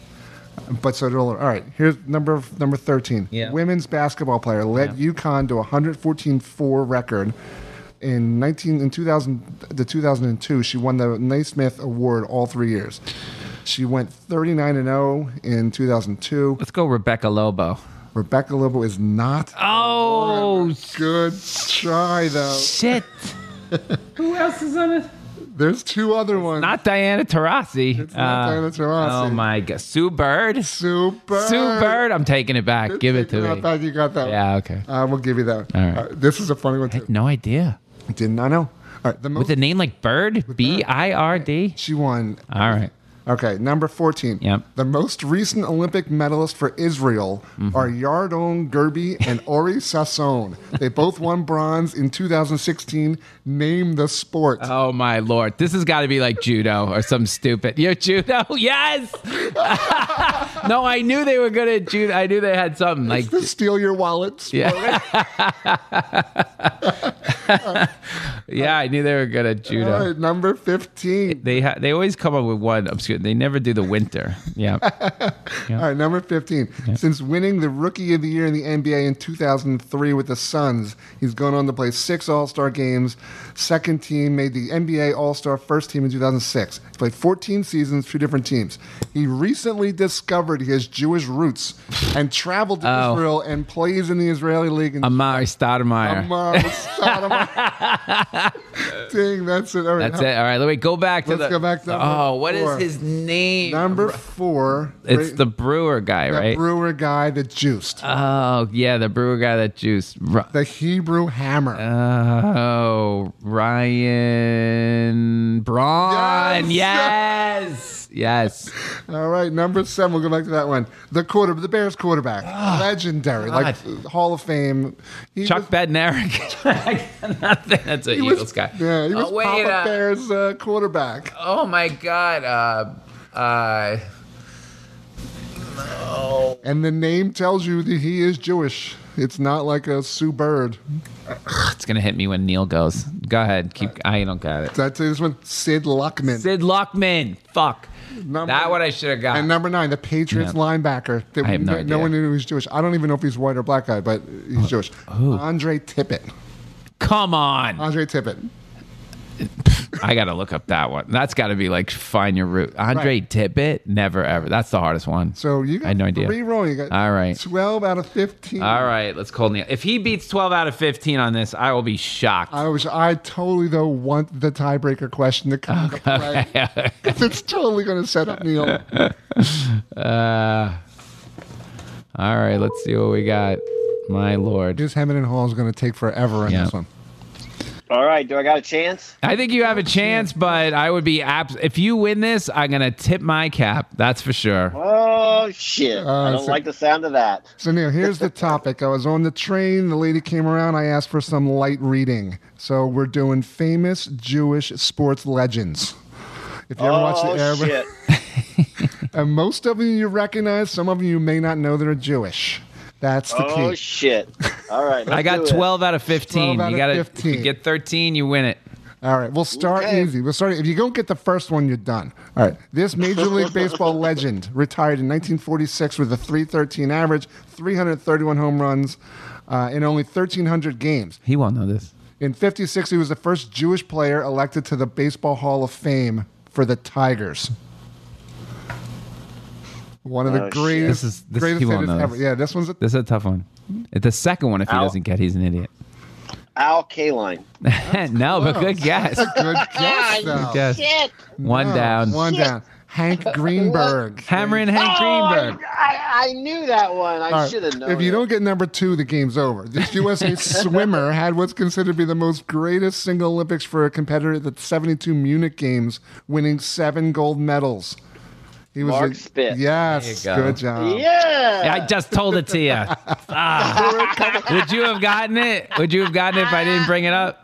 I: But so did all. All right, here's number number thirteen.
G: Yeah.
I: Women's basketball player led UConn to a 114-4 record in 19 in 2000 to 2002. She won the Naismith Award all three years. She went 39 and 0 in 2002.
G: Let's go Rebecca Lobo.
I: Rebecca Lobo is not
G: Ah. Oh
I: good. Try though.
G: shit! Who else is on it?
I: There's two other ones.
G: Not Diana Taurasi.
I: It's not Diana Taurasi.
G: Oh my god, Sue Bird. Sue
I: super.
G: Bird. I'm taking it back. Give it to
I: I
G: me.
I: thought you got that.
G: Yeah, okay.
I: One. Uh, we'll give you that. One.
G: All right.
I: Uh, this is a funny one too.
G: No idea.
I: Did not know. All right. The most
G: With a name like Bird, B I R D.
I: she won
G: All right.
I: Okay, number 14.
G: Yep.
I: The most recent Olympic medalists for Israel
G: Mm-hmm.
I: are Yardon Gerbi and Ori Sasson. They both won bronze in 2016. Name the sport.
G: Oh my lord, this has got to be like judo or some stupid. You're judo, yes. no, I knew they were good at judo. I knew they had something like
I: the steal your wallet sport. Uh,
G: yeah. I knew they were good at judo.
I: All right, number 15.
G: They ha- they always come up with one obscure. They never do the winter. Yeah.
I: All right, number 15. Since winning the Rookie of the Year in the NBA in 2003 with the Suns, he's gone on to play six All Star games. Second team made the NBA All Star first team in 2006. He's played 14 seasons, two different teams. He recently discovered his Jewish roots and traveled to
G: Oh.
I: Israel and plays in the Israeli League. In
G: Amari Stoudemire.
I: Amar Stoudemire. Dang, that's it. All right,
G: That's it. All right, let me go back to
I: Let's
G: the.
I: go back to number
G: oh, what is
I: four.
G: his name?
I: Number four.
G: It's
I: Ra-
G: the Brewer guy,
I: that
G: right?
I: brewer guy that juiced.
G: oh yeah, the Brewer guy that juiced. Ru-
I: the Hebrew hammer.
G: Uh, Oh, Ryan Braun. Yes.
I: Yes!
G: Yes.
I: All right, number seven. We'll go back to that one. The quarter, the Bears quarterback, legendary, like Hall of Fame. He
G: Ah. Chuck
I: was,
G: Bednarik. I got Nothing. That's an
I: he was-
G: Eagles guy.
I: Yeah, he
G: Oh,
I: was
G: wait,
I: Papa
G: uh,
I: Bears uh, quarterback.
G: Oh my God. Uh, uh,
I: And the name tells you that he is Jewish. It's not like a Sue Bird.
G: it's gonna hit me when Neil goes. Go ahead. Keep. I don't got it.
I: Did I tell you this one? Sid Luckman.
G: Sid Luckman. Fuck.
I: Number-
G: that one I should have got.
I: And number nine, the Patriots
G: Yeah.
I: linebacker. That
G: I have no idea. Oh,
I: one knew he was Jewish. I don't even know if he's white or black guy, but he's Jewish. Andre Tippett.
G: Come on.
I: Andre Tippett.
G: I gotta look up that one. That's gotta be like find your root. Andre
I: Right.
G: Tippett. Never ever. That's the hardest one.
I: So you got
G: I had no idea.
I: three wrong. You got
G: All right.
I: twelve out of fifteen.
G: All right, let's call Neil. If he beats 12 out of 15 on this, I will be shocked.
I: I was I totally though want the tiebreaker question to come into play. it's totally going to set up Neil.
G: All right, let's see what we got. My lord.
I: His Hammond and Hall is going to take forever on
G: Yeah.
I: this one.
H: All right, do I got a chance?
G: I think you have a chance, but I would be abs- if you win this, I'm gonna tip my cap. That's for sure.
H: Oh
I: Uh,
H: shit! I don't
I: so-
H: like the sound of that.
I: So Neil, here's the topic. I was on the train. The lady came around. I asked for some light reading. So we're doing famous Jewish sports legends. If you ever watch the
H: Oh
I: air,
H: shit!
I: and most of them you recognize, some of them you may not know that are Jewish. That's the
H: Oh
I: key.
H: shit! All right,
G: I
H: let's
G: got
H: do it.
G: 12 out of 15.
I: 12 out
G: you
I: of
G: gotta if
I: 15.
G: you get 13, you win it.
I: All right, we'll start
H: Okay.
I: easy. We'll start. If you don't get the first one, you're done. All right. This Major League Baseball legend retired in 1946 with a 313 average, 331 home runs, uh, in only 1,300 games.
G: He won't know this.
I: In 56, he was the first Jewish player elected to the Baseball Hall of Fame for the Tigers. One of the
H: Oh, shit.
I: greatest,
G: This is- this-
I: greatest
G: he won't
I: hitters
G: know
I: ever.
G: this.
I: Yeah, this one's a,
G: This is a tough one. The second one, if he
H: Ow.
G: doesn't get, he's an idiot.
H: Al Kaline.
G: no, but good guess.
I: good guess, though.
G: guess. One down.
I: One down. Hank Greenberg.
G: Hammering Hank Greenberg.
H: Oh, I, I knew that one. I
I: All right,
H: should have known.
I: If you
H: it.
I: don't get number two, the game's over. This USA swimmer had what's considered to be the most greatest single Olympics for a competitor at the 72 Munich Games, winning seven gold medals. He was
H: Mark
I: a-
H: Spitz.
I: Yes,
G: There you go.
I: good job.
H: yeah,
G: I just told it to you. Ah. Would you have gotten it? Would you have gotten it if I didn't bring it up?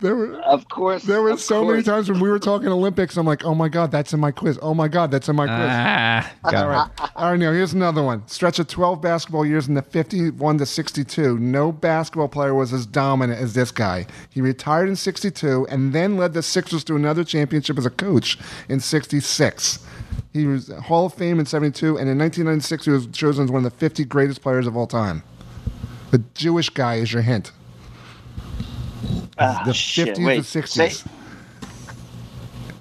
I: There were
H: of course.
I: there were
H: of
I: so many
H: course.
I: times when we were talking Olympics. I'm like, oh my god, that's in my quiz. Oh my god, that's in my quiz.
G: Ah, got it.
I: All right, now here's another one. Stretch of 12 basketball years in the 51 to 62. No basketball player was as dominant as this guy. He retired in 62 and then led the Sixers to another championship as a coach in 66. He was Hall of Fame in 72, and in 1996, he was chosen as one of the 50 greatest players of all time. The Jewish guy is your hint.
H: Ah,
I: The
H: shit.
I: 50s
H: Wait,
I: to 60s.
H: say-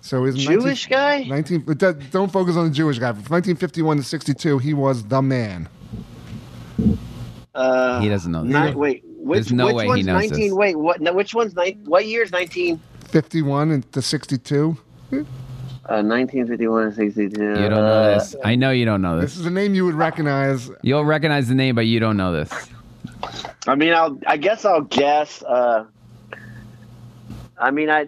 I: So he's
H: Jewish guy?
I: 19, but that- don't focus on the Jewish guy. From 1951 to 62, he was the man.
G: He doesn't know this.
H: Nine, wait, which,
G: There's no
H: which
G: way he
H: one's
G: knows
H: 19?
G: this.
H: Wait, what? No, which one's nine? What year's 19?
I: 51 and to 62.
H: Uh, 1951, 62.
G: You don't know this. I know you don't know
I: This
G: this.
I: is a name you would recognize.
G: You'll recognize the name, but you don't know this.
H: I mean, I'll. I guess I'll guess. Uh, I mean, I.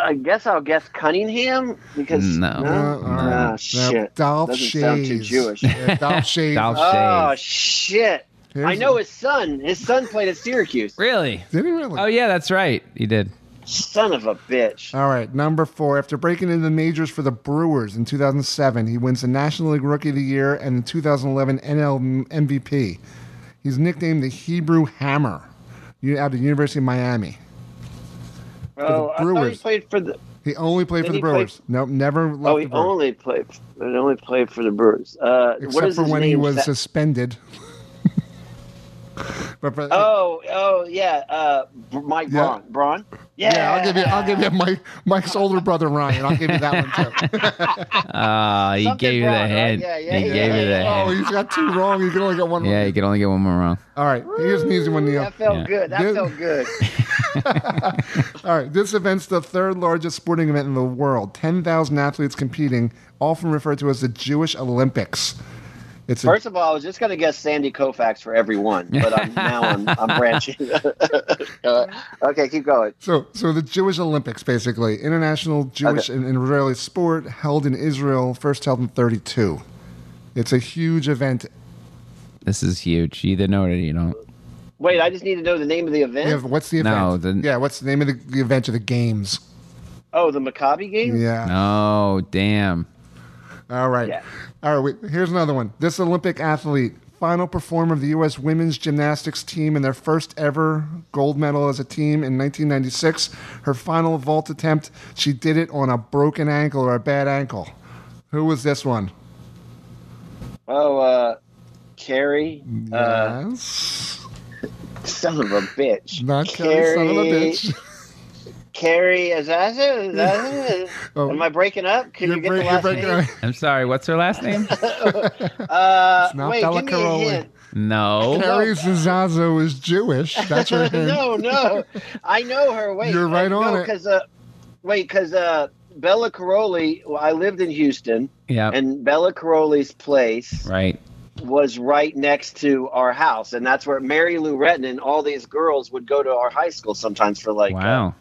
H: I guess I'll guess Cunningham because
G: No.
I: Uh, all right.
H: Ah,
I: Now,
H: shit.
I: Dolph
H: Doesn't
I: Shays.
H: sound too Jewish.
I: Yeah, Dolph Shays.
G: Dolph
I: Uh,
H: Oh
G: Shays.
H: shit!
I: Here's
H: I know
I: a-
H: his son. His son played at Syracuse.
G: Really?
I: Did he really?
G: Oh yeah, that's right. He did.
H: Son of a bitch.
I: All right, number four. After breaking into the majors for the Brewers in 2007, he wins the National League Rookie of the Year and the 2011 NL MVP. He's nicknamed the Hebrew Hammer you- out of the University of Miami.
H: oh, I thought he
I: Brewers.
H: played for the.
I: He only played
H: Did
I: for the
H: he play-
I: Brewers. Nope, never left
H: Oh, he
I: the Brewers.
H: only played. He only played for the Brewers. Uh, what
I: except
H: is
I: for
H: his
I: when he
H: name?
I: was
H: Sa-
I: suspended. but for,
H: Oh, oh yeah, uh, Br- Mike
I: Yeah.
H: Braun. Braun. Yeah.
I: yeah, I'll give you. I'll give you Mike, Mike's older brother Ryan. I'll give you that one too.
G: Ah, he
H: Something
G: gave you the
H: wrong, right?
G: hint.
H: Yeah, yeah,
G: he
H: yeah,
G: gave you the
I: oh,
G: hint.
I: he's got two wrong. You can only get one.
G: Yeah, you could only get one more wrong.
I: All right. Here's an easy one, Neil.
H: That felt
G: Yeah.
H: good. That
I: Dude.
H: felt good.
I: All right. This event's the third largest sporting event in the world. Ten thousand athletes competing, often referred to as the Jewish Olympics. It's a,
H: First of all, I was just gonna guess Sandy Koufax for everyone, but I'm, now I'm, I'm branching. uh, okay, keep going.
I: so so the Jewish Olympics, basically international Jewish and, and Israeli sport held in Israel, first held in '32. It's a huge event
G: This is huge. You either know it or you don't.
H: Wait, I just need to know the name of the
I: Yeah,
H: event.
I: what's the event?
G: No, the-
I: yeah, what's the name of the, the event of the games?
H: Oh, the Maccabi game.
I: Yeah.
G: Oh, damn.
I: All right.
H: Yeah.
I: All right. Wait, here's another one. This Olympic athlete, final performer of the U.S. women's gymnastics team in their first ever gold medal as a team in 1996. Her final vault attempt, she did it on a broken ankle or a bad ankle. Who was this one?
H: Oh, uh, Carrie. Uh,
I: yes.
H: son of a bitch.
I: Not Kelly, son of a bitch.
H: Carrie Azazu. Azazu?
I: Oh.
H: Am I breaking up? Can you get
I: break-
H: the last
I: breaking
H: name?
I: up.
G: I'm sorry. What's her last name?
H: Uh,
I: It's not
H: wait,
I: Bella
H: give me a
I: Caroli.
H: hint.
G: No.
I: Carrie Zazazo is Jewish. That's her name.
H: no, no. I know her. Wait,
I: You're right
H: I,
I: on it.
H: Cause, uh, wait, because uh, Bella Caroli, well, I lived in Houston,
G: Yeah.
H: and Bella Caroli's place
G: Uh, Right.
H: was right next to our house. And that's where Mary Lou Retton and all these girls would go to our high school sometimes for like uh,
G: Wow.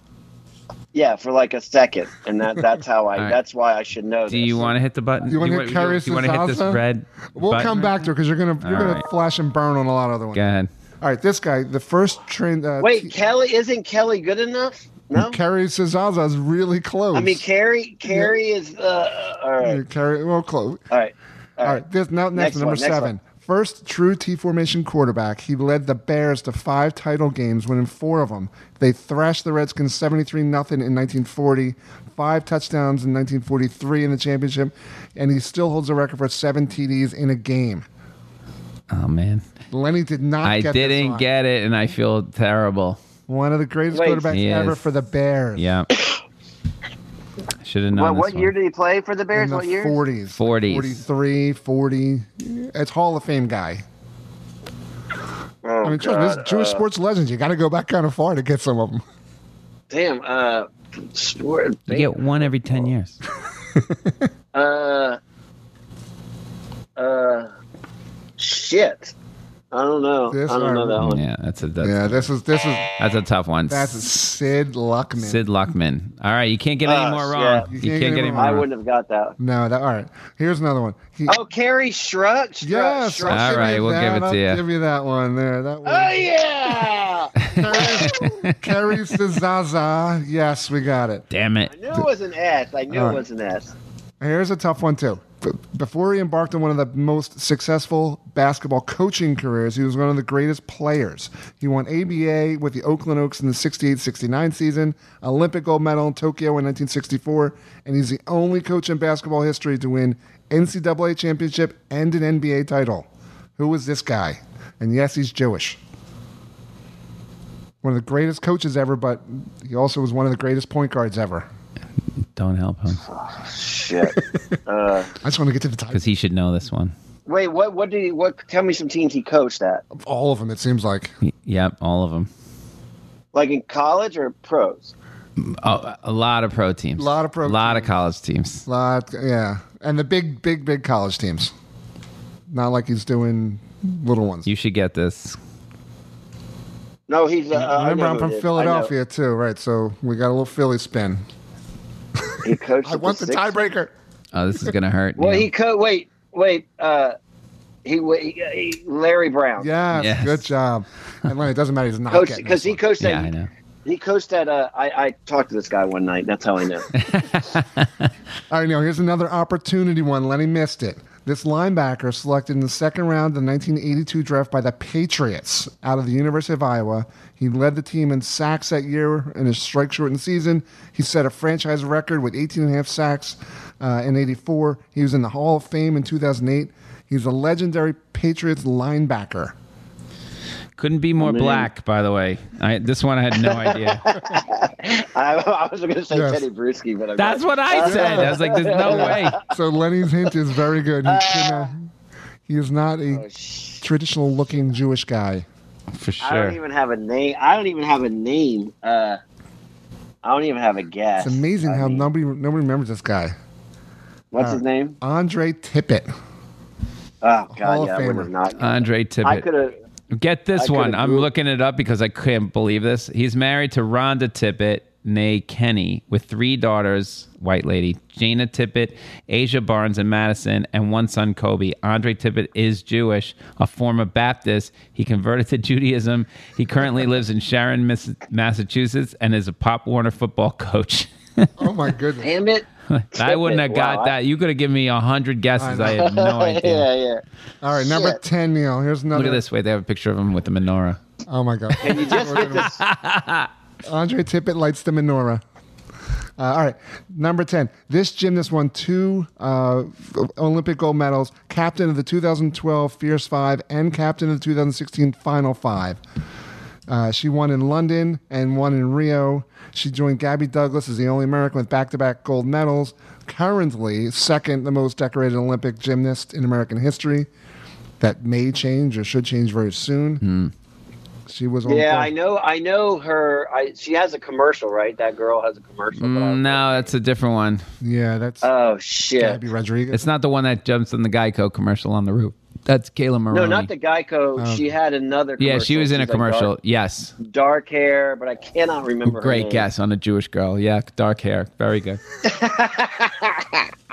H: Yeah, for like a second, and that that's how I.
G: right.
H: that's why I should know.
G: Do you want to hit the button?
I: You want to
G: do
I: hit
G: wa-
I: Carrie
G: do you wanna hit this
I: Sasaki?
G: red?
I: We'll
G: button?
I: come back to it because you're gonna you're
G: All
I: gonna
G: right.
I: flash and burn on a lot of other ones.
G: Go ahead.
I: All right, this guy, the first trend. Uh,
H: Wait,
I: T-
H: Kelly isn't Kelly good enough? No,
I: Carrie Sazaza is really close.
H: I mean Carrie. Carrie is. Uh, all
I: Yeah,
H: right,
I: Carrie, well, close.
H: all right.
I: All right, this now next,
H: Next
I: number
H: one, next
I: seven.
H: one.
I: First true T formation quarterback. He led the Bears to five title games, winning four of them. They thrashed the Redskins 73 nothing in 1940, five touchdowns in 1943 in the championship, and he still holds the record for seven TDs in a game.
G: Oh man,
I: Lenny did not
G: I
I: get this
G: didn't
I: one.
G: get it, and I feel terrible.
I: one of the greatest
H: Wait.
I: quarterbacks
G: He
I: ever
G: is.
I: for the Bears.
G: Yeah. Should have known.
H: What, what
G: this
H: year
G: one.
H: did he play for the Bears?
I: in the
H: What year?
I: 40s.
G: 40s.
I: 43, 40. It's Hall of Fame guy.
H: Oh,
I: I mean, trust me, this
H: God.
I: is Jewish sports legends. You got to go back kind of far to get some of them.
H: Damn. Uh, sport.
G: You get one every ten years.
H: Uh, uh, shit. I don't know.
I: This
H: I don't know
I: are-
H: that one.
G: Yeah, that's a that's,
I: Yeah, this is this is
G: that's a tough one.
I: that's Sid Luckman.
G: Sid Luckman. All right, you can't get any
H: Oh,
G: more
H: shit.
G: wrong.
I: You
G: You can't,
I: can't get
G: get
I: any
G: any
I: more
G: more.
H: I
G: wrong.
H: wouldn't have got that.
I: No, that all right. Here's another one. He,
H: Oh, Carrie Shruck. Shruck,
I: yes.
H: Shruck.
I: I'll
G: All
I: give
G: right,
I: you
G: we'll
I: that.
G: give it to
I: I'll
G: you.
I: Give you that one there. That one.
H: Oh yeah! I
I: Kerry Zaza. Yes, we got it.
G: Damn it.
H: knew it was an S. I knew
I: All right.
H: it was an S.
I: Here's a tough one too. B- Before he embarked on one of the most successful basketball coaching careers, he was one of the greatest players. He won ABA with the Oakland Oaks in the 68-69 season, Olympic gold medal in Tokyo in 1964, and he's the only coach in basketball history to win NCAA championship and an NBA title. Who was this guy? And yes, he's Jewish. One of the greatest coaches ever, but he also was one of the greatest point guards ever.
G: Don't help him
H: Shit.
I: I just want to get to the title.
G: because he should know this one.
H: Wait, what? What did he? What? Tell me some teams he coached at,
I: All of them, it seems like.
G: Y- Yep, all of them.
H: like in college or pros.
G: Oh, a lot of pro teams. A
I: Lot of pro
G: A lot of college teams.
I: Lot, yeah, and the big, big, big college teams. Not like he's doing little ones.
G: You should get this.
H: No, he's. Uh, I
I: Remember,
H: know
I: I'm
H: who
I: from
H: it is. I know.
I: Philadelphia too, right? So we got a little Philly spin.
H: He coached.
I: I want the
H: Sixers.
I: tiebreaker.
G: Oh, this is gonna hurt.
H: Well,
G: Neil.
H: he co. Wait, wait. Uh, he, wa- he, uh, he Larry Brown.
I: Yes,
G: Yes.
I: good job. And Lenny, it doesn't matter. He's not
H: Coach,
I: getting
H: because
I: this
H: he coached
G: yeah,
H: at
G: I know.
H: he coached at uh, I, I talked to this guy one night. That's how I know.
I: one. All right, now here's another opportunity one. Lenny missed it. This linebacker selected in the second round of the 1982 draft by the Patriots out of the University of Iowa. He led the team in sacks that year in his strike-shortened season. He set a franchise record with 18 and a half sacks uh, in 84. He was in the Hall of Fame in 2008. He's a legendary Patriots linebacker.
G: Couldn't be more black, by the way. I, this one I had no idea.
H: I, I was going to say
I: Yes.
H: Teddy Bruschi, but I'm
G: That's what I said. I was like, "There's no way."
I: So Lenny's hint is very good. He, cannot- he is not
H: Oh,
I: a traditional-looking Jewish guy.
G: For
H: I
G: sure.
H: don't even have a name. I don't even have a name. Uh, I don't even have a guess.
I: It's amazing
H: I
I: how
H: mean,
I: nobody nobody remembers this guy.
H: What's
G: uh,
H: his name?
I: Andre Tippett.
H: Oh God,
I: Hall of
H: yeah, I would
I: Famer.
H: have not.
G: Andre
H: I
G: Tippett.
H: could have.
G: Get this
H: I
G: one.
H: could've
G: I'm
H: moved-
G: looking it up because I can't believe this. He's married to Rhonda Tippett, nay Kenny, with three daughters, white lady, Jana Tippett, Asia Barnes, and Madison, and one son, Kobe. Andre Tippett is Jewish, a former Baptist. He converted to Judaism. He currently lives in Sharon, Miss- Massachusetts, and is a Pop Warner football coach.
I: Oh my goodness.
H: Damn it!
G: I wouldn't have got
H: Wow, I-
G: that. You could have given me a hundred guesses. I had no idea.
H: yeah, yeah.
I: All right, number
H: Shit.
I: ten, Neil. Here's another.
G: Look at this. Wait, they have a picture of him with the menorah.
I: Oh my god.
H: You just did this.
I: Andre Tippett lights the menorah. Uh, all right, number ten. This gymnast won two uh, Olympic gold medals. Captain of the 2012 Fierce Five and captain of the 2016 Final Five. Uh, she won in London and won in Rio. She joined Gabby Douglas as the only American with back-to-back gold medals. Currently, second the most decorated Olympic gymnast in American history. That may change or should change very soon. She was on
H: Hmm. Yeah,
I: gold-
H: I know. I know her. I she has a commercial, right? That girl has a commercial. but I don't-
G: Mm, No, that's a different one.
I: Yeah, that's
H: Oh shit!
I: Gabby Rodriguez.
G: It's not the one that jumps in the Geico commercial on the roof. That's Kayla Maroney.
H: No, not the Geico. she had another.
G: Um, yeah, she
H: commercial.
G: was in a
H: She's, like, dark-
G: commercial. yes.
H: dark hair, but I cannot remember. her
G: Great
H: name.
G: guess on a Jewish girl. Yeah, dark hair. Very good.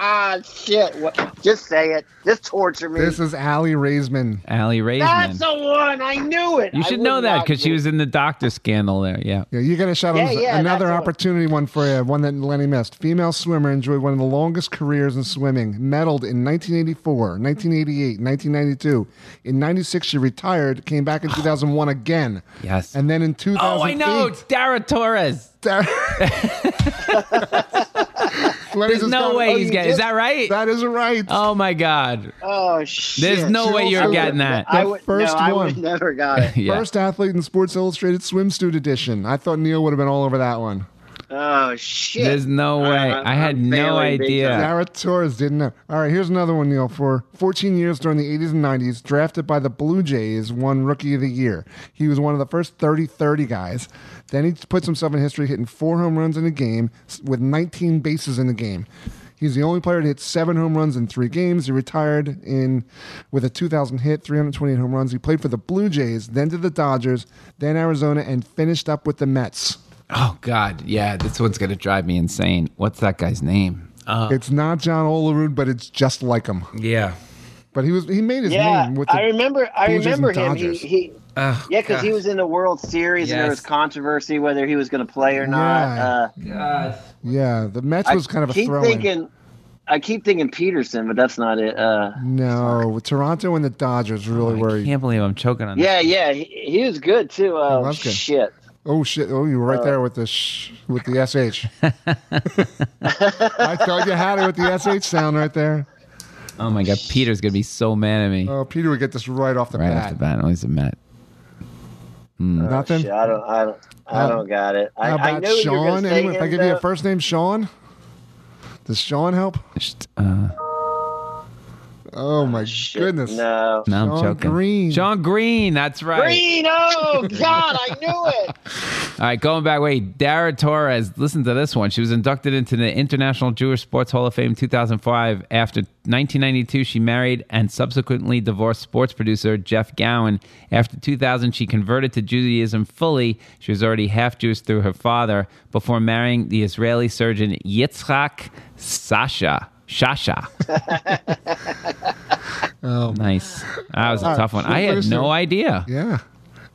H: Ah, shit! What? Just say it. Just torture me.
I: This is Allie Raisman.
G: Allie Raisman.
H: That's the one. I knew it.
G: you
H: I
G: should
H: would
G: know that
H: not
G: because she
H: do-
G: was in the doctor scandal there. Yeah.
I: Yeah, you got a shot on
H: Yeah,
I: this-
H: yeah,
I: another
H: that's what-
I: opportunity one for you, one that Lenny missed. Female swimmer enjoyed one of the longest careers in swimming, medaled in 1984, 1988, 1992. In 96, she retired, came back in 2001 again.
G: Yes.
I: And then in 2008.
G: Oh, I know. It's Dara Torres.
I: Lenny's
G: There's no way he's
H: you
G: getting. Is
H: did-
G: that right?
I: oh, That is right.
G: Oh my God.
H: Oh shit!
G: There's no way you're
H: I would-
G: getting that.
H: I
I: The
H: would,
I: first
H: no, I would
I: one.
H: never got it.
G: Yeah.
I: First athlete in Sports Illustrated swimsuit edition. I thought Neil would have been all over that one.
H: Oh shit!
G: There's no
H: I-
G: way.
H: I'm-
G: I had
H: I'm
G: no
H: failing big
G: idea.
H: time.
I: Sarah Torres didn't know. All right, here's another one, Neil. For 14 years during the 80s and 90s, drafted by the Blue Jays, won Rookie of the Year. He was one of the first 30 30 guys. Then he puts himself in history, hitting four home runs in a game s- with 19 bases in the game. He's the only player to hit seven home runs in three games. He retired in with a 2,000 hit, 328 home runs. He played for the Blue Jays, then to the Dodgers, then Arizona, and finished up with the Mets.
G: Oh God, yeah, this one's gonna drive me insane. What's that guy's name? Uh,
I: It's not John Olerud, but it's just like him.
G: yeah.
I: But he was he made his
H: Yeah,
I: name with the
H: I remember. I
I: Blue Jays
H: remember
I: and
H: him. He,
I: Dodgers.
H: he
G: Oh,
H: yeah, because he
G: God.
H: was in the World Series and there was
G: Yes.
H: controversy whether he was going to play or not.
I: Yeah.
H: Uh,
I: Yeah, the Mets
H: I
I: was kind of a
H: keep
I: throw in.
H: thinking. I keep thinking Peterson, but that's not it. Uh,
I: No, Toronto and the Dodgers really
G: Oh, I
I: worried.
G: can't believe I'm choking on.
H: yeah, yeah, he, he was good too. Oh
I: was good.
H: shit!
I: Oh shit! Oh, you were right there with the sh- with the sh. I thought you had it with the sh sound right there.
G: This. Oh my God, Peter's gonna be so mad at me
I: Oh, Peter would get this right off the
G: right
I: bat.
G: off the bat. Oh, he's a Met.
I: Nothing.
H: Oh, Shit, I don't. I don't. I
I: Uh,
H: don't got it. I,
I: How
H: I
I: about
H: know you were
I: Sean?
H: gonna say uh,
I: Anyone, if I
H: him,
I: give you a
H: though.
I: first name, Sean. Does Sean help?
G: Just, Uh,
I: Oh my
H: Shit,
I: goodness!
H: No.
G: now I'm
I: Sean
G: choking.
I: Green.
G: Sean Green. That's right.
H: Green. Oh God, I knew it.
G: All right, going back way, Dara Torres. Listen to this one. She was inducted into the International Jewish Sports Hall of Fame in 2005. After 1992, she married and subsequently divorced sports producer Jeff Gowen. After 2000, she converted to Judaism fully. She was already half Jewish through her father before marrying the Israeli surgeon Yitzhak Sasha. Shasha. oh, nice. That was a tough one. I had no idea.
I: Yeah.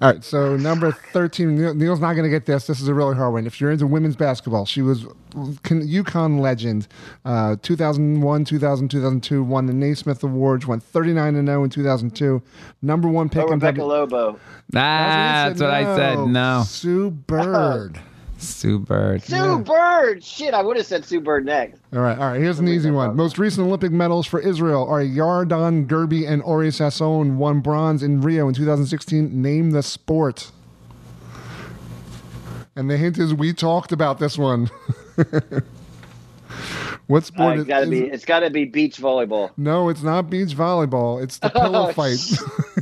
I: All right, so number 13, Neil- Neil's not going to get this. This is a really hard one. If you're into women's basketball, she was con- UConn legend. Uh, 2001, 2000, 2002, won the Naismith Awards, went 39 and 0 in 2002. Number one pick
H: Oh,
I: in
H: Rebecca
I: W-
H: Lobo.
G: Ah,
I: That's
G: that's what I said. No.
I: Sue Bird.
G: Sue Bird.
H: Sue Bird. Shit, I would have said Sue Bird next.
I: All right, all right. Here's an easy one. Most recent Olympic medals for Israel are Yardan Gerby and Ori Sasson. Won bronze in Rio in 2016. Name the sport. And the hint is we talked about this one. what
H: Uh,
I: sport
H: it's
I: is,
H: got to
I: is-
H: be. It's got to be beach volleyball.
I: No, it's not beach volleyball. It's the pillow fight.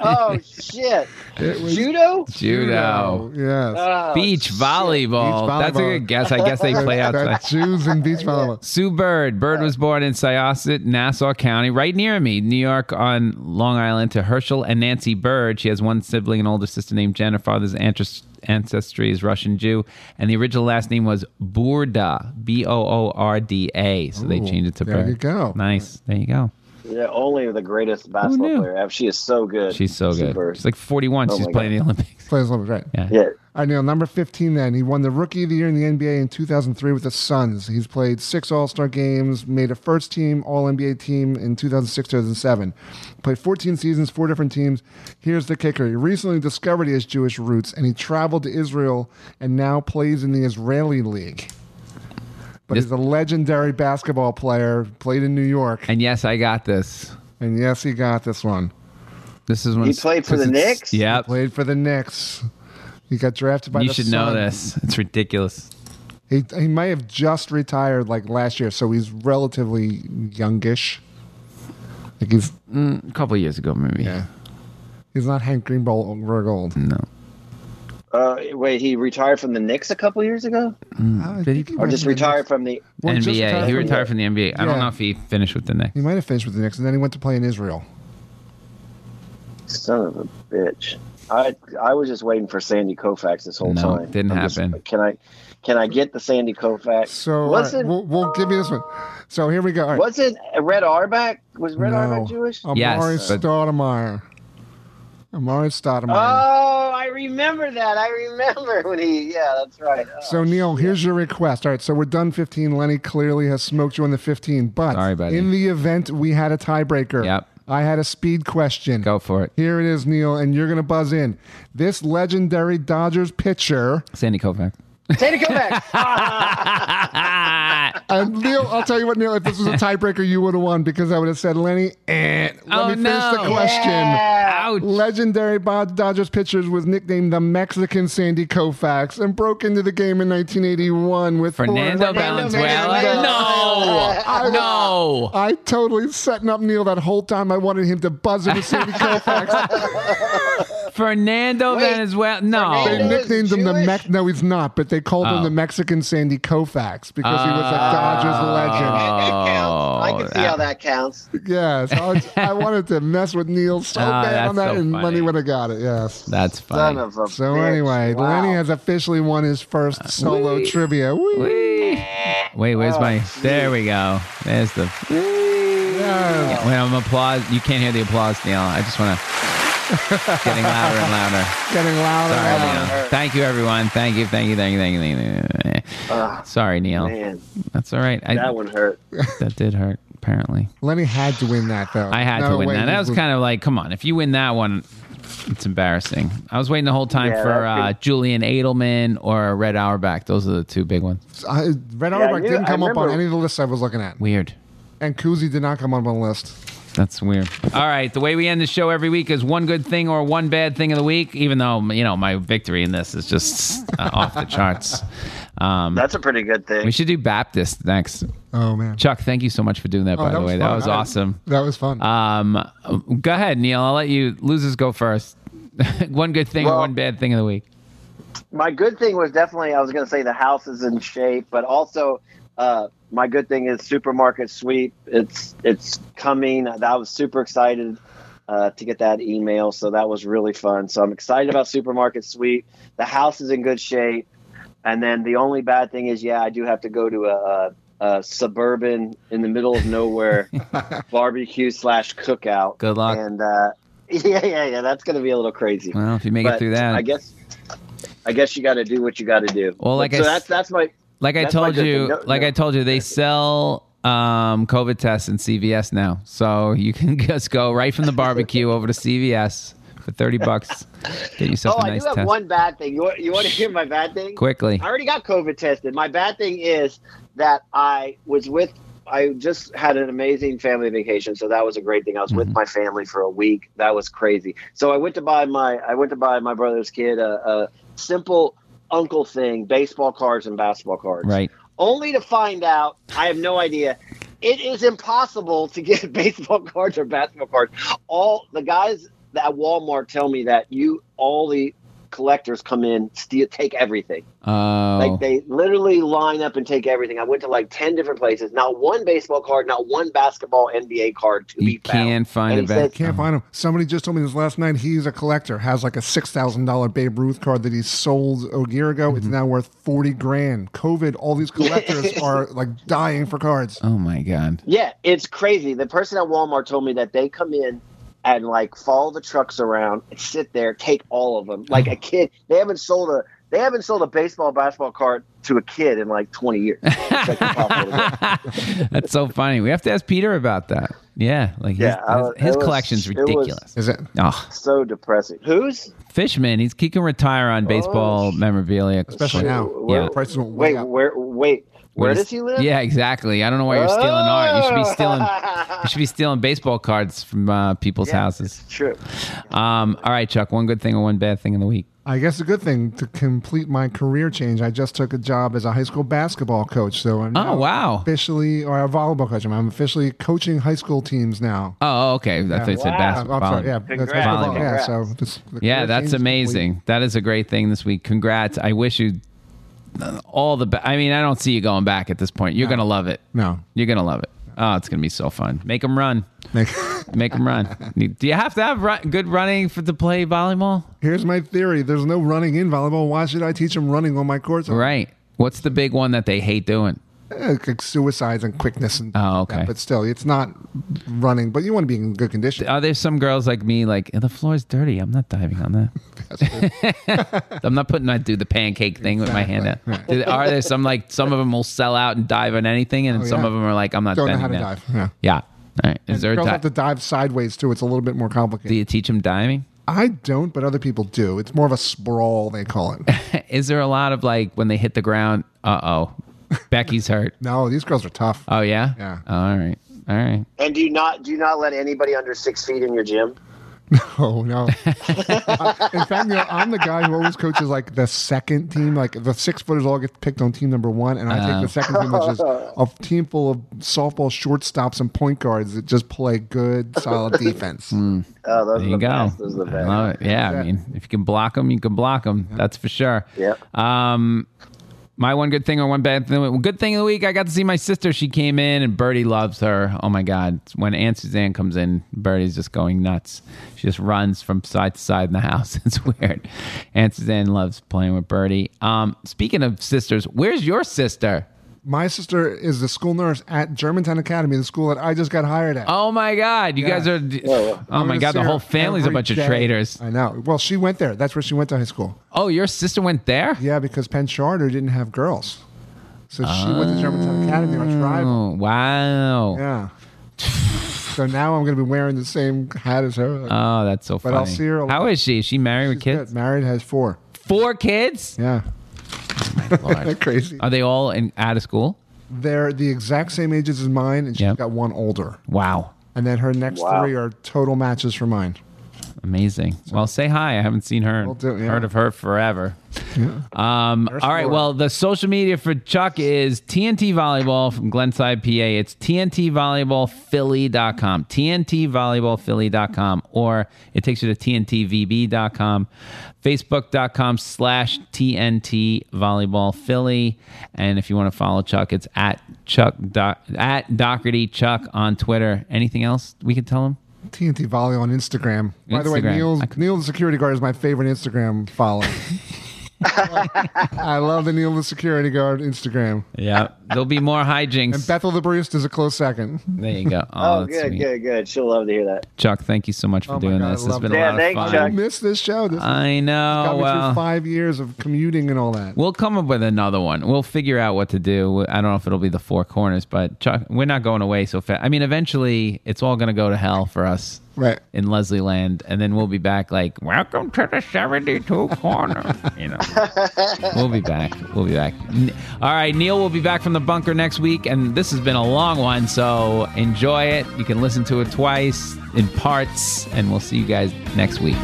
H: Oh shit!
I: It was
H: Judo.
G: Judo.
I: Yes.
H: Oh,
G: Beach volleyball.
I: Beach
G: That's a
I: volleyball.
G: good guess. I guess they play outside.
I: That's Jews in beach volleyball.
G: Sue Bird. Bird was born in Syosset, Nassau County, right near me, New York on Long Island, to Herschel and Nancy Bird. She has one sibling, an older sister named Jen. Her father's antres- ancestry is Russian Jew, and the original last name was Burda, B O O R D A. So they
I: Ooh,
G: changed it to
I: there
G: Bird.
I: you go.
G: Nice. There you go.
H: Yeah, only the greatest basketball
G: knew?
H: player ever. She is so good.
G: She's so
H: Sue
G: good.
H: Bird.
G: She's like 41.
H: Oh
G: She's
H: my
G: playing
H: God.
G: the Olympics.
I: Plays a little bit, right?
G: Yeah.
H: yeah.
I: All right, Neil, number 15 then. He won the Rookie of the Year in the NBA in 2003 with the Suns. He's played six All Star games, made a first team All NBA team in 2006 2007. Played 14 seasons, four different teams. Here's the kicker he recently discovered his Jewish roots and he traveled to Israel and now plays in the Israeli League. But
G: This-
I: he's a legendary basketball player, played in New York.
G: And yes, I got this.
I: And yes, he got this one.
G: This is when
H: He played for the Knicks?
G: Yep.
I: Played for the Knicks. He got drafted by
G: You
I: the
G: should know this.
I: Suns.
G: It's ridiculous.
I: He he may have just retired like last year, so he's relatively youngish. Like he's
G: A couple years ago, maybe.
I: yeah, he's not Hank Greenberg old.
G: No.
H: Uh, wait, he retired from the Knicks a couple years ago,
G: Mm. Did he-
H: or just retired from the?
I: Well, he just
G: NBA. He
I: retired from
G: retired from the NBA. I don't
I: Yeah.
G: know if he finished with the Knicks.
I: He might have finished with the Knicks, and then he went to play in Israel.
H: Son of a bitch. I I was just waiting for Sandy Koufax this whole
G: No,
H: time.
G: didn't
H: I'm just-
G: happen.
H: can I can I get the Sandy Koufax?
I: So all right,
H: wasn't
I: we'll, we'll give you this one. So here we go. All right.
H: wasn't Red Arback was Red
I: No.
H: Arback Jewish?
I: Amari
G: Yes, but-
I: Stoudemire. Amari Stoudemire.
H: Oh, I remember that. I remember when he. Yeah, that's right. Oh,
I: so Neil, here's your request. All right, so we're done 15. Lenny clearly has smoked you on the 15, but
G: Sorry, buddy.
I: in the event we had a tiebreaker,
G: Yep.
I: I had a speed question.
G: Go for it.
I: Here it is, Neil, and you're going to buzz in. This legendary Dodgers pitcher,
G: Sandy Koufax.
H: Sandy Koufax.
I: and Neil, I'll tell you what, Neil, if this was a tiebreaker, you would have won because I would have said, Lenny, eh, let
G: Oh,
I: me finish
G: no.
I: the question.
G: Ouch.
I: Legendary Bod Dodgers pitchers was nicknamed the Mexican Sandy Koufax and broke into the game in 1981 with four-
G: Fernando Valenzuela. No. No.
I: I totally setting up Neil that whole time. I wanted him to buzz into Sandy Koufax.
G: Fernando
H: Wait.
G: Venezuela. No.
I: They
H: Fernando-
I: nicknamed him the
H: Jewish?
I: Mex. No, he's not, but they called
G: Oh.
I: him the Mexican Sandy Koufax because he was a
G: Ah. Oh.
I: Dodgers legend.
H: That counts. I can see
G: that-
H: how that counts.
I: Yes, I, was- I wanted to mess with Neil so
G: Ah,
I: bad on
G: that's
I: that,
G: so
I: and
G: funny.
I: Lenny would have got it. Yes.
G: That's
H: Son
G: fine.
H: of a
I: So
H: bitch.
I: anyway,
H: Wow.
I: Lenny has officially won his first solo
G: Uh, wee.
I: trivia. Wee.
G: Wait, where's
H: Oh,
G: my?
I: Ah,
H: geez.
G: There we go. There's the.
I: Yes.
G: When I'm applause, you can't hear the applause, Neil. I just want to getting louder and louder.
I: Getting louder.
G: Sorry,
I: and
H: Oh,
I: louder.
G: Neil. Thank you, everyone. Thank you, thank you, thank you, thank you, thank you.
H: Ah,
G: Sorry, Neil.
H: man,
G: That's all right. I,
H: that one hurt.
G: that did hurt. Apparently,
I: Lenny had to win that though.
G: I had
I: No
G: to win
I: way
G: that.
I: he
G: That was
I: would-
G: kind of like, come on. If you win that one, it's embarrassing. I was waiting the whole time
H: Yeah,
G: for
H: that's
G: uh, Julian Edelman or Red Auerbach. Those are the two big ones.
I: I, Red
H: I
I: Auerbach
H: knew-
I: didn't
H: I
I: come up on
H: remember-
I: any of the lists I was looking at,
G: Weird.
I: and Kuzi did not come up on the list.
G: That's weird. All right. The way we end the show every week is one good thing or one bad thing of the week, even though, you know, my victory in this is just uh, off the charts. Um,
H: That's a pretty good thing.
G: we should do Baptist next.
I: Oh man,
G: Chuck, thank you so much for doing that,
I: Oh,
G: by the way.
I: fun.
G: That was
I: I-
G: awesome.
I: That was fun.
G: Um, go ahead, Neil. I'll let you losers go first. one good thing or
H: Well-
G: one bad thing of the week.
H: my good thing was definitely I was going to say the house is in shape, but also uh, my good thing is supermarket sweep. It's it's coming. I was super excited uh, to get that email, so that was really fun. So I'm excited about supermarket sweep. The house is in good shape, and then the only bad thing is yeah, I do have to go to a. a a suburban in the middle of nowhere barbecue slash cookout.
G: Good luck.
H: And uh, yeah, yeah, yeah. That's going to be a little crazy.
G: Well, if you make
H: But
G: it through that,
H: I guess I guess you got to do what you got to do.
G: Well, like
H: so
G: I s-
H: that's that's my
G: like I
H: That's my
G: told
H: good
G: you,
H: thing. No-
G: like
H: no.
G: I told you, they sell um, COVID tests in CVS now, so you can just go right from the barbecue over to CVS for thirty bucks. Get yourself
H: oh,
G: a
H: I
G: nice
H: do have
G: test
H: one bad thing. You want, you want to hear my bad thing?
G: quickly.
H: I already got COVID tested. My bad thing is that I was with. I just had an amazing family vacation, so that was a great thing. I was with
G: Mm-hmm.
H: my family for a week. That was crazy. So I went to buy my I went to buy my brother's kid a, a simple uncle thing: baseball cards and basketball cards.
G: Right?
H: only to find out I have no idea. It is impossible to get baseball cards or basketball cards. All the guys at Walmart tell me that you all the collectors come in steal take everything.
G: Oh,
H: Like they literally line up and take everything. I went to like ten different places. Not one baseball card, not one basketball NBA card to
G: you
H: be found.
G: can find
H: And
G: a
H: he
G: bet.
H: says-
I: Can't find him. Somebody just told me this last night. He's a collector. Has like a six thousand dollar Babe Ruth card that he sold a year ago. It's
G: Mm-hmm.
I: now worth forty grand. COVID. All these collectors are like dying for cards.
G: Oh my god!
H: Yeah, it's crazy. The person at Walmart told me that they come in and like follow the trucks around, sit there, take all of them. Like a kid, they haven't sold a they haven't sold a baseball basketball card to a kid in like 20 years. It's like impossible to get.
G: That's so funny. We have to ask Peter about that. Yeah, like his,
H: Yeah, I was-
G: his, his
H: it was-
G: collection's
H: it was-
G: ridiculous.
I: Is it?
G: Oh,
H: so depressing. Who's
G: Fishman, he's he can retire on
H: Oh,
G: baseball memorabilia.
I: Especially now.
G: Yeah.
I: Prices went way
H: wait,
I: up.
H: where wait, where
G: What is-
H: does he live?
G: Yeah, exactly. I don't know why you're stealing art. You should be stealing. You
H: stealing
G: should be stealing baseball cards from uh, people's houses.
H: True.
G: Um, all right, Chuck. One good thing or one bad thing in the week.
I: I guess a good thing to complete my career change. I just took a job as a high school basketball coach. So I'm
G: Oh
I: now
G: wow.
I: officially or a volleyball coach. I'm officially coaching high school teams now.
G: Oh okay. I thought you said
H: Wow.
I: I'm
G: basketball.
I: I'm sorry. Yeah, that's
H: Congrats.
I: basketball.
G: Volleyball.
I: Yeah,
H: Congrats.
I: so this, the
G: Oh, Yeah,
I: career change
G: that's
I: is complete.
G: amazing. That is a great thing this week. Congrats. I wish you uh, all the. Be- I mean, I don't see you going back at this point. You're gonna love it.
I: No.
G: You're gonna love it. Oh, it's gonna be so fun. Make them run.
I: Like,
G: Make them run. Do you have to have ru- good running for to play volleyball?
I: here's my theory. There's no running in volleyball. Why should I teach them running on my courts?
G: Right. What's the big one that they hate doing?
I: Eh, Like suicides and quickness and
G: Oh,
I: like that,
G: okay.
I: but still, it's not running. But you want to be in good condition.
G: Are there some girls like me like "Oh, the floor's dirty? I'm not diving on that. I'm not putting I do the pancake thing with my hand out.
I: Exactly.
G: Do- Are there some like some of them will sell out and dive on anything, and
I: Oh,
G: some
I: yeah.
G: of them are like I'm not
I: Don't know
G: bending
I: how to
G: down.
I: dive. Yeah.
G: Yeah. All right. Is there a
I: Girls
G: di-
I: have to dive sideways too. It's a little bit more complicated.
G: do you teach them diving?
I: I don't, but other people do. It's more of a sprawl, they call it.
G: Is there a lot of like when they hit the ground? Uh oh, Becky's hurt.
I: no, these girls are tough.
G: Oh yeah.
I: Yeah.
G: All right. All right.
H: And do you not do you not let anybody under six feet in your gym?
I: Oh no! in fact, you know, I'm the guy who always coaches like the second team. Like the six footers all get picked on team number one, and I take the second team, which is a team full of softball shortstops and point guards that just play good, solid defense.
H: Oh, those
G: There
H: are
G: you
H: the
G: go.
H: best. Those are the
G: I
H: best.
G: love it. Yeah. I mean, if you can block them, you can block them. That's for sure.
H: Yeah.
G: Um, my one good thing or one bad thing. well, Good thing of the week, I got to see my sister. She came in and Bertie loves her. Oh my God. When Aunt Suzanne comes in, Bertie's just going nuts. She just runs from side to side in the house. It's weird. Aunt Suzanne loves playing with Bertie. Um, speaking of sisters, where's your sister?
I: My sister is the school nurse at Germantown Academy, the school that I just got hired at.
G: Oh my God. You guys are. Oh
I: I'm
G: my
I: gonna
G: God.
I: see
G: The
I: her
G: whole family's a
I: every
G: bunch of
I: day.
G: traitors.
I: I know. Well, she went there. That's where she went to high school.
G: Oh, your sister went there?
I: Yeah, because Penn Charter didn't have girls, so she went to Germantown Academy, our rival.
G: Oh, wow.
I: Yeah. so now I'm going to be wearing the same hat as her.
G: Oh, that's so funny.
I: But I'll see her a
G: How
I: lot.
G: is she? Is she married
I: She's
G: with kids?
I: good. Married has four.
G: Four kids?
I: Yeah.
G: Lord.
I: Crazy.
G: Are they all in, out of school?
I: They're the exact same ages as mine, and she's
G: Yep.
I: got one older.
G: Wow.
I: And then her next
H: Wow.
I: three are total matches for mine.
G: Amazing. Well, say hi. I haven't seen her,
I: Will do, yeah.
G: heard of her forever. Um, all right.
I: four.
G: Well, the social media for Chuck is TNT Volleyball from Glenside, PA. It's TNTVolleyballPhilly.com, TNTVolleyballPhilly.com, or it takes you to TNTVB.com, Facebook.com slash TNT Volleyball Philly. And if you want to follow Chuck, it's at Chuck, Doc, at Doherty Chuck on Twitter. Anything else we could tell him?
I: TNT Volley on Instagram. By the way,
G: Instagram.
I: Neil's,
G: I could-
I: Neil the security guard is my favorite Instagram follower. I love the Neil the security guard Instagram.
G: Yeah. There'll be more hijinks.
I: And Bethel the barista is a close second.
G: There you go. Oh,
H: Oh,
G: that's
H: good,
G: sweet.
H: good, good. She'll love to hear that.
G: Chuck, thank you so much for
I: Oh my
G: doing
I: God, I
G: this. It's
I: love
G: been
I: it.
G: a
H: Yeah,
G: lot
H: thanks,
G: of
H: Chuck.
I: I
G: fun.
I: miss this show. This
G: I know.
I: got me through
G: uh, Well,
I: five years of commuting and all that.
G: we'll come up with another one. We'll figure out what to do. I don't know if it'll be the four corners, but Chuck, we're not going away so fast. I mean, eventually, it's all going to go to hell for us
I: Right.
G: in Leslie Land, and then we'll be back like, welcome to the 72 corner. You know, we'll be back. We'll be back. N- All right, Neil will be back from the bunker next week, and this has been a long one, so enjoy it. You can listen to it twice in parts, and we'll see you guys next week.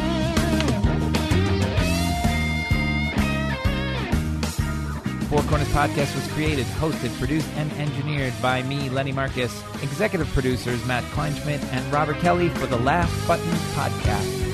G: Four Corners Podcast was created, hosted, produced, and engineered by me, Lenny Marcus. Executive producers Matt Kleinschmidt and Robert Kelly for the Laugh Button Podcast.